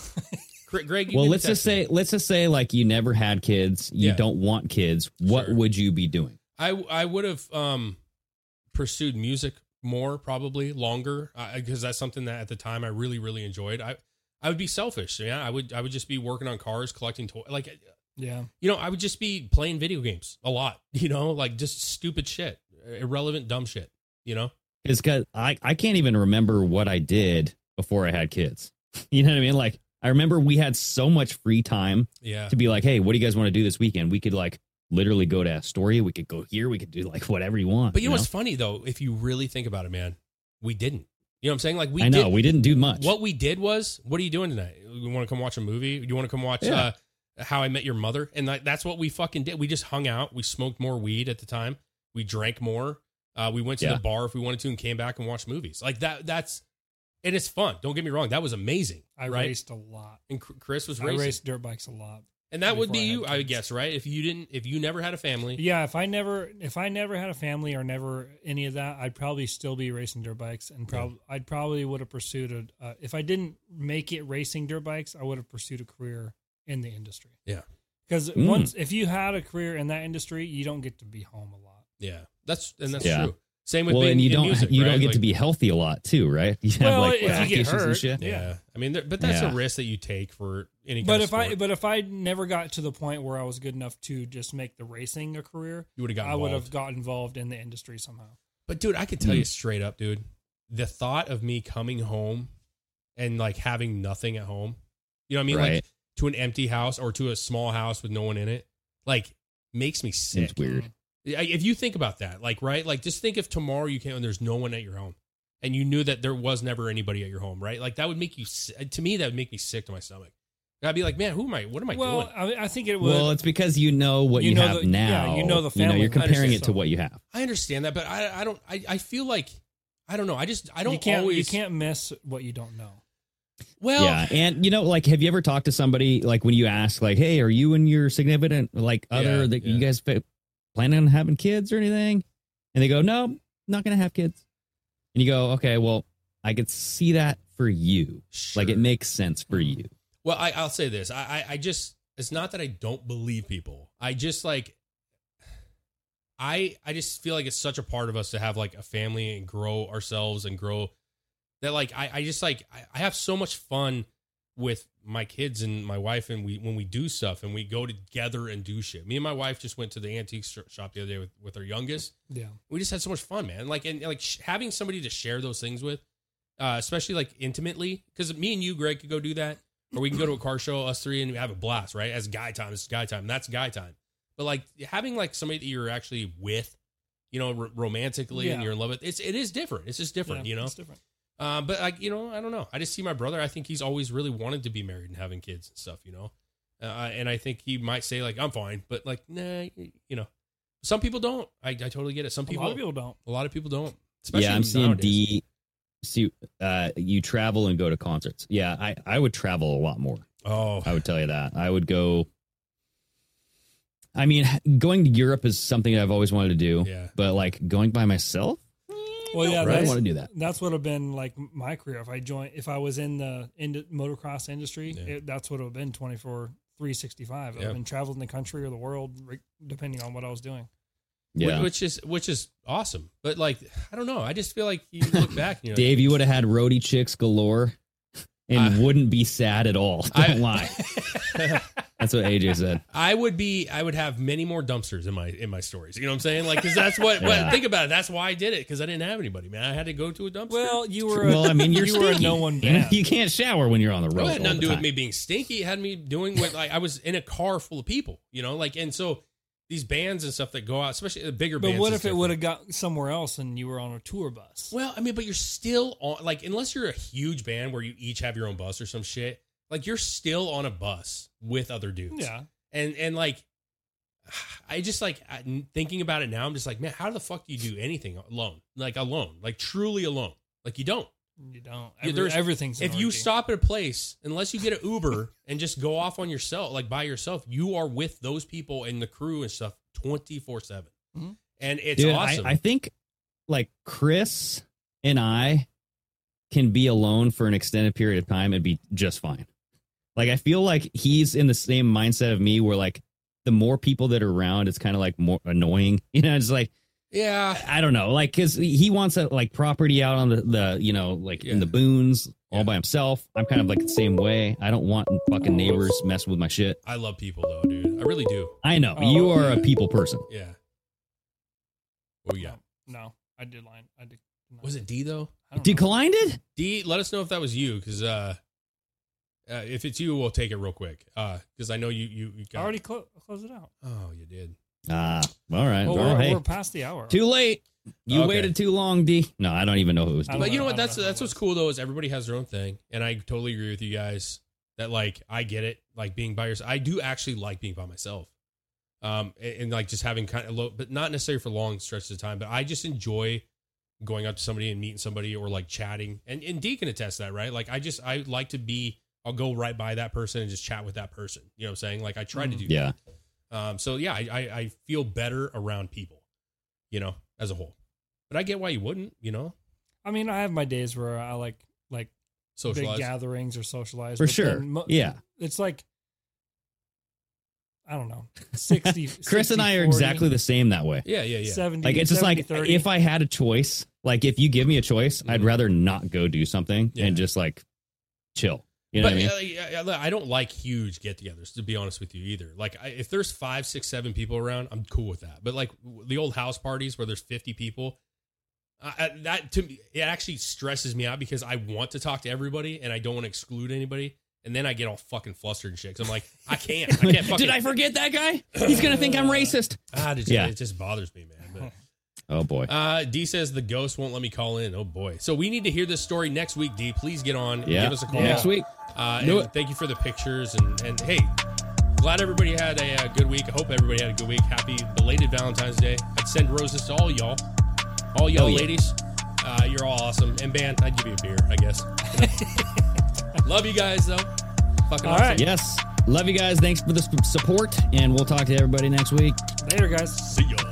Speaker 3: Gre- Greg. You
Speaker 4: Well,
Speaker 3: can
Speaker 4: let's
Speaker 3: attest
Speaker 4: just
Speaker 3: to
Speaker 4: say,
Speaker 3: this.
Speaker 4: let's just say, like you never had kids, you
Speaker 3: Yeah.
Speaker 4: don't want kids. What
Speaker 3: Sure.
Speaker 4: would you be doing?
Speaker 3: I I would have um pursued music more probably longer because that's something that at the time I really really enjoyed. I I would be selfish. Yeah, I would I would just be working on cars, collecting toys, like
Speaker 5: Yeah,
Speaker 3: you know, I would just be playing video games a lot, you know, like just stupid shit, irrelevant, dumb shit, you know?
Speaker 4: Is because I I can't even remember what I did before I had kids. You know what I mean? Like I remember we had so much free time
Speaker 3: Yeah.
Speaker 4: to be like, hey, what do you guys want to do this weekend? We could like literally go to Astoria. We could go here. We could do like whatever you want.
Speaker 3: But you know
Speaker 4: know?
Speaker 3: what's funny though, if you really think about it, man, we didn't. You know what I'm saying? Like we
Speaker 4: I know
Speaker 3: did,
Speaker 4: we didn't do much.
Speaker 3: what we did was, what are you doing tonight? You want to come watch a movie? You want to come watch
Speaker 4: Yeah.
Speaker 3: uh, How I Met Your Mother? And like, that's what we fucking did. We just hung out. We smoked more weed at the time. We drank more. Uh, we went to
Speaker 4: Yeah.
Speaker 3: the bar if we wanted to and came back and watched movies. Like that that's and it's fun. Don't get me wrong. That was amazing.
Speaker 5: I
Speaker 3: right?
Speaker 5: raced a lot.
Speaker 3: And Cr- Chris was
Speaker 5: I
Speaker 3: racing.
Speaker 5: raced dirt bikes a lot.
Speaker 3: and that would be
Speaker 5: before I
Speaker 3: you,
Speaker 5: had
Speaker 3: I would
Speaker 5: kids.
Speaker 3: guess, right? If you didn't, if you never had a family,
Speaker 5: Yeah, if I never if I never had a family or never any of that, I'd probably still be racing dirt bikes and probably I'd probably would have pursued a uh, if I didn't make it racing dirt bikes, I would have pursued a career in the industry.
Speaker 3: Yeah.
Speaker 5: Cuz
Speaker 4: Mm.
Speaker 5: once if you had a career in that industry, you don't get to be home a lot.
Speaker 3: yeah, that's and that's
Speaker 4: Yeah.
Speaker 3: true. Same with
Speaker 4: Well,
Speaker 3: being
Speaker 4: and you
Speaker 3: in
Speaker 4: don't
Speaker 3: music,
Speaker 4: you
Speaker 3: right?
Speaker 4: don't get to
Speaker 3: Like-
Speaker 4: be healthy a lot too, right? You
Speaker 5: Well, if you
Speaker 4: back
Speaker 5: get
Speaker 4: issues
Speaker 5: hurt,
Speaker 3: Yeah.
Speaker 5: Yeah.
Speaker 3: I mean, there, but that's
Speaker 4: Yeah.
Speaker 3: a risk that you take for any. Kind
Speaker 5: But
Speaker 3: of
Speaker 5: if I
Speaker 3: sport.
Speaker 5: but if I never got to the point where I was good enough to just make the racing a career,
Speaker 3: you would have gotten,
Speaker 5: I would have
Speaker 3: involved. Oh
Speaker 5: got involved in the industry somehow.
Speaker 3: But dude, I could tell
Speaker 4: Mm.
Speaker 3: you straight up, dude, the thought of me coming home and like having nothing at home, you know what I mean, like
Speaker 4: Right.
Speaker 3: to an empty house or to a small house with no one in it, like makes me sick.
Speaker 4: It's weird.
Speaker 3: I- If you think about that, like right, like just think if tomorrow you came and there's no one at your home, and you knew that there was never anybody at your home, right? Like that would make you. si- To me, that would make me sick to my stomach. I'd be like, man, who am I? What am I
Speaker 5: well,
Speaker 3: doing?
Speaker 5: I, I think it would.
Speaker 4: Well, it's because you know what
Speaker 5: You
Speaker 4: you,
Speaker 5: know
Speaker 4: have
Speaker 5: the- yeah,
Speaker 4: now.
Speaker 5: you know the family.
Speaker 4: you're comparing it to
Speaker 5: So-
Speaker 4: what you have.
Speaker 3: I understand that, but I, I don't. I, I feel like I don't know. I just I don't
Speaker 5: you can't
Speaker 3: always.
Speaker 5: you can't miss what you don't know.
Speaker 3: Well,
Speaker 4: yeah, and you know, like, have you ever talked to somebody like when you ask, like, "Hey, are you and your significant like other
Speaker 3: Yeah,
Speaker 4: that
Speaker 3: yeah.
Speaker 4: you guys fa- planning on having kids or anything?" And they go, "No, not gonna have kids." And you go, "Okay, well, I could see that for you. Like,
Speaker 3: Sure.
Speaker 4: it makes sense for you."
Speaker 3: Well, I, I'll say this. I, I, I just it's not that I don't believe people. I just like I I just feel like it's such a part of us to have like a family and grow ourselves and grow that like I, I just like I, I have so much fun with my kids and my wife and we when we do stuff and we go together and do shit. Me and my wife just went to the antique sh- shop the other day with, with our youngest
Speaker 5: Yeah.
Speaker 3: we just had so much fun, man. Like and like sh- having somebody to share those things with, uh, especially like intimately, because me and you, Greg, could go do that, or we can go to a car show, us three, and have a blast, right? As guy time, it's guy time, that's guy time. But like having like somebody that you're actually with, you know, r- romantically, and
Speaker 5: Yeah.
Speaker 3: you're in love with, it's it is different. It's just different,
Speaker 5: Yeah,
Speaker 3: you know.
Speaker 5: it's different.
Speaker 3: Uh, but like you know, I don't know. I just see my brother. I think he's always really wanted to be married and having kids and stuff. You know, uh, and I think he might say like I'm fine, but like nah, you know. Some people don't. I, I totally get it. Some
Speaker 5: a lot of people don't.
Speaker 3: a lot of people don't. Especially
Speaker 4: yeah, I'm seeing
Speaker 3: nowadays.
Speaker 4: D. See, uh, you travel and go to concerts. Yeah, I I would travel a lot more.
Speaker 3: Oh,
Speaker 4: I would tell you that. I would go. I mean, going to Europe is something that I've always wanted to do.
Speaker 3: Yeah.
Speaker 4: But like going by myself,
Speaker 5: Well, yeah,
Speaker 4: I don't
Speaker 5: that's,
Speaker 4: want to do that.
Speaker 5: that's what have been like my career. If I joined, if I was in the in the motocross industry,
Speaker 3: Yeah.
Speaker 5: it, that's what it would have been 24, 365.
Speaker 3: Yeah.
Speaker 5: I've been traveling the country or the world, re- depending on what I was doing.
Speaker 4: Yeah.
Speaker 3: Wh- which is which is awesome. But like, I don't know. I just feel like you look back, and you're
Speaker 4: Dave, you would have had roadie chicks galore, and wouldn't be sad at all. Don't
Speaker 3: I-
Speaker 4: lie.
Speaker 3: like,
Speaker 4: That's what AJ said.
Speaker 3: I would be. I would have many more dumpsters in my in my stories. You know what I'm saying? Like, because that's what,
Speaker 4: Yeah.
Speaker 3: what. Think about it. That's why I did it. Because I didn't have anybody, man. I had to go to a dumpster.
Speaker 5: Well, you were.
Speaker 4: Well, I mean, you're
Speaker 5: you were a
Speaker 4: stinky.
Speaker 5: no one
Speaker 4: You know,
Speaker 5: band.
Speaker 4: You can't shower when you're on the road.
Speaker 3: It had
Speaker 4: all
Speaker 3: nothing to do
Speaker 4: the
Speaker 3: with
Speaker 4: time.
Speaker 3: me being stinky. It had me doing what like I was in a car full of people. You know, like and so these bands and stuff that go out, especially the bigger
Speaker 5: But
Speaker 3: bands.
Speaker 5: what
Speaker 3: is
Speaker 5: if it
Speaker 3: different.
Speaker 5: would have got somewhere else and you were on a tour bus?
Speaker 3: Well, I mean, but you're still on like unless you're a huge band where you each have your own bus or some shit, like you're still on a bus with other dudes.
Speaker 5: yeah,
Speaker 3: And and like I just like I- thinking about it now, I'm just like, man, how the fuck do you do anything alone? Like alone, like truly alone. Like you don't.
Speaker 5: you don't.
Speaker 3: Yeah,
Speaker 5: Every,
Speaker 3: there's-
Speaker 5: everything's an
Speaker 3: if you
Speaker 5: orgy.
Speaker 3: stop at a place, unless you get an Uber and just go off on yourself, like by yourself, you are with those people and the crew and stuff 24 7.
Speaker 5: Mhm.
Speaker 3: And it's
Speaker 4: Dude, I-
Speaker 3: awesome.
Speaker 4: I, think like Chris and I can be alone for an extended period of time and be just fine. Like I feel like he's in the same mindset of me where like the more people that are around, it's kind of like more annoying. You know, it's like
Speaker 3: yeah.
Speaker 4: I don't know, like because he wants a like property out on the the you know like in the boons
Speaker 3: Yeah.
Speaker 4: all by himself. I'm kind of like the same way. I don't want fucking neighbors messing with my shit.
Speaker 3: I love people though, dude. I really do.
Speaker 4: I know
Speaker 5: Oh,
Speaker 4: you are
Speaker 5: yeah.
Speaker 4: a people person.
Speaker 3: Yeah. Oh yeah.
Speaker 5: No, I did line. I did. no.
Speaker 3: Was it D though?
Speaker 5: I don't know.
Speaker 4: Declined it?
Speaker 3: D, let us know if that was you, because uh, uh, if it's you, we'll take it real quick. Uh, because I know you you, you
Speaker 5: I
Speaker 3: got
Speaker 5: already clo- close it out.
Speaker 3: Oh, you did.
Speaker 4: Ah, all right.
Speaker 5: Well,
Speaker 4: Well,
Speaker 5: Oh, we're,
Speaker 4: hey.
Speaker 5: we're past the hour.
Speaker 4: Too late. You
Speaker 3: Okay.
Speaker 4: waited too long, D. No, I don't even know who it was. D.
Speaker 5: I don't
Speaker 3: But you know
Speaker 5: know.
Speaker 3: what?
Speaker 5: I don't
Speaker 3: That's
Speaker 5: know how it
Speaker 3: that's what's
Speaker 5: was.
Speaker 3: cool though is everybody has their own thing, and I totally agree with you guys that like I get it. Like being by yourself, I do actually like being by myself. Um, and, and, like just having kind of low, but not necessarily for long stretches of time. But I just enjoy going up to somebody and meeting somebody or like chatting. And and D can attest to that, right? Like I just I like to be I'll go right by that person and just chat with that person. You know what I'm saying? Like I try to do
Speaker 4: Yeah.
Speaker 3: that. Um so yeah, I, I I feel better around people, you know, as a whole. But I get why you wouldn't, you know?
Speaker 5: I mean, I have my days where I like like
Speaker 3: Socialize.
Speaker 5: big gatherings or socialize
Speaker 4: For
Speaker 5: but
Speaker 4: sure.
Speaker 5: then
Speaker 4: Yeah.
Speaker 5: it's like I don't know, sixty.
Speaker 4: Chris and I are exactly the same that way.
Speaker 3: Yeah, yeah, yeah.
Speaker 5: 70,
Speaker 4: Like it's just like
Speaker 5: 70, 30.
Speaker 4: if I had a choice, like if you give me a choice, I'd
Speaker 5: Mm-hmm.
Speaker 4: rather not go do something
Speaker 3: Yeah.
Speaker 4: and just like chill. You know
Speaker 3: but
Speaker 4: what I mean?
Speaker 3: uh, yeah, I don't like huge get-togethers, to be honest with you, either. Like, I, if there's five, six, seven people around, I'm cool with that. But like w- the old house parties where there's 50 people, I, I- that to me, it actually stresses me out because I want to talk to everybody and I don't want to exclude anybody. And then I get all fucking flustered and shit because I'm like, I can't, I can't fucking.
Speaker 4: Did I forget that guy? He's gonna think I'm racist.
Speaker 3: ah, it just-
Speaker 4: Yeah.
Speaker 3: it just bothers me, man. But
Speaker 4: Oh boy.
Speaker 3: uh, D says the ghost won't let me call in. Oh boy. So we need to hear this story next week. D, please get on.
Speaker 4: Yeah.
Speaker 3: Give us a call
Speaker 4: Next week.
Speaker 3: Uh,
Speaker 4: Do
Speaker 3: and
Speaker 4: it.
Speaker 3: thank you for the pictures and and hey, glad everybody had a, uh good week. I hope everybody had a good week. Happy belated Valentine's Day. I'd send roses to all y'all, all y'all
Speaker 4: Oh, yeah.
Speaker 3: ladies. Uh, you're all awesome. And Ban, I'd give you a beer, I guess. Love you guys though. Fucking
Speaker 5: All
Speaker 3: awesome.
Speaker 5: right.
Speaker 4: Yes. Love you guys. Thanks for the sp- support, and we'll talk to everybody next week.
Speaker 5: later, guys.
Speaker 3: See y'all.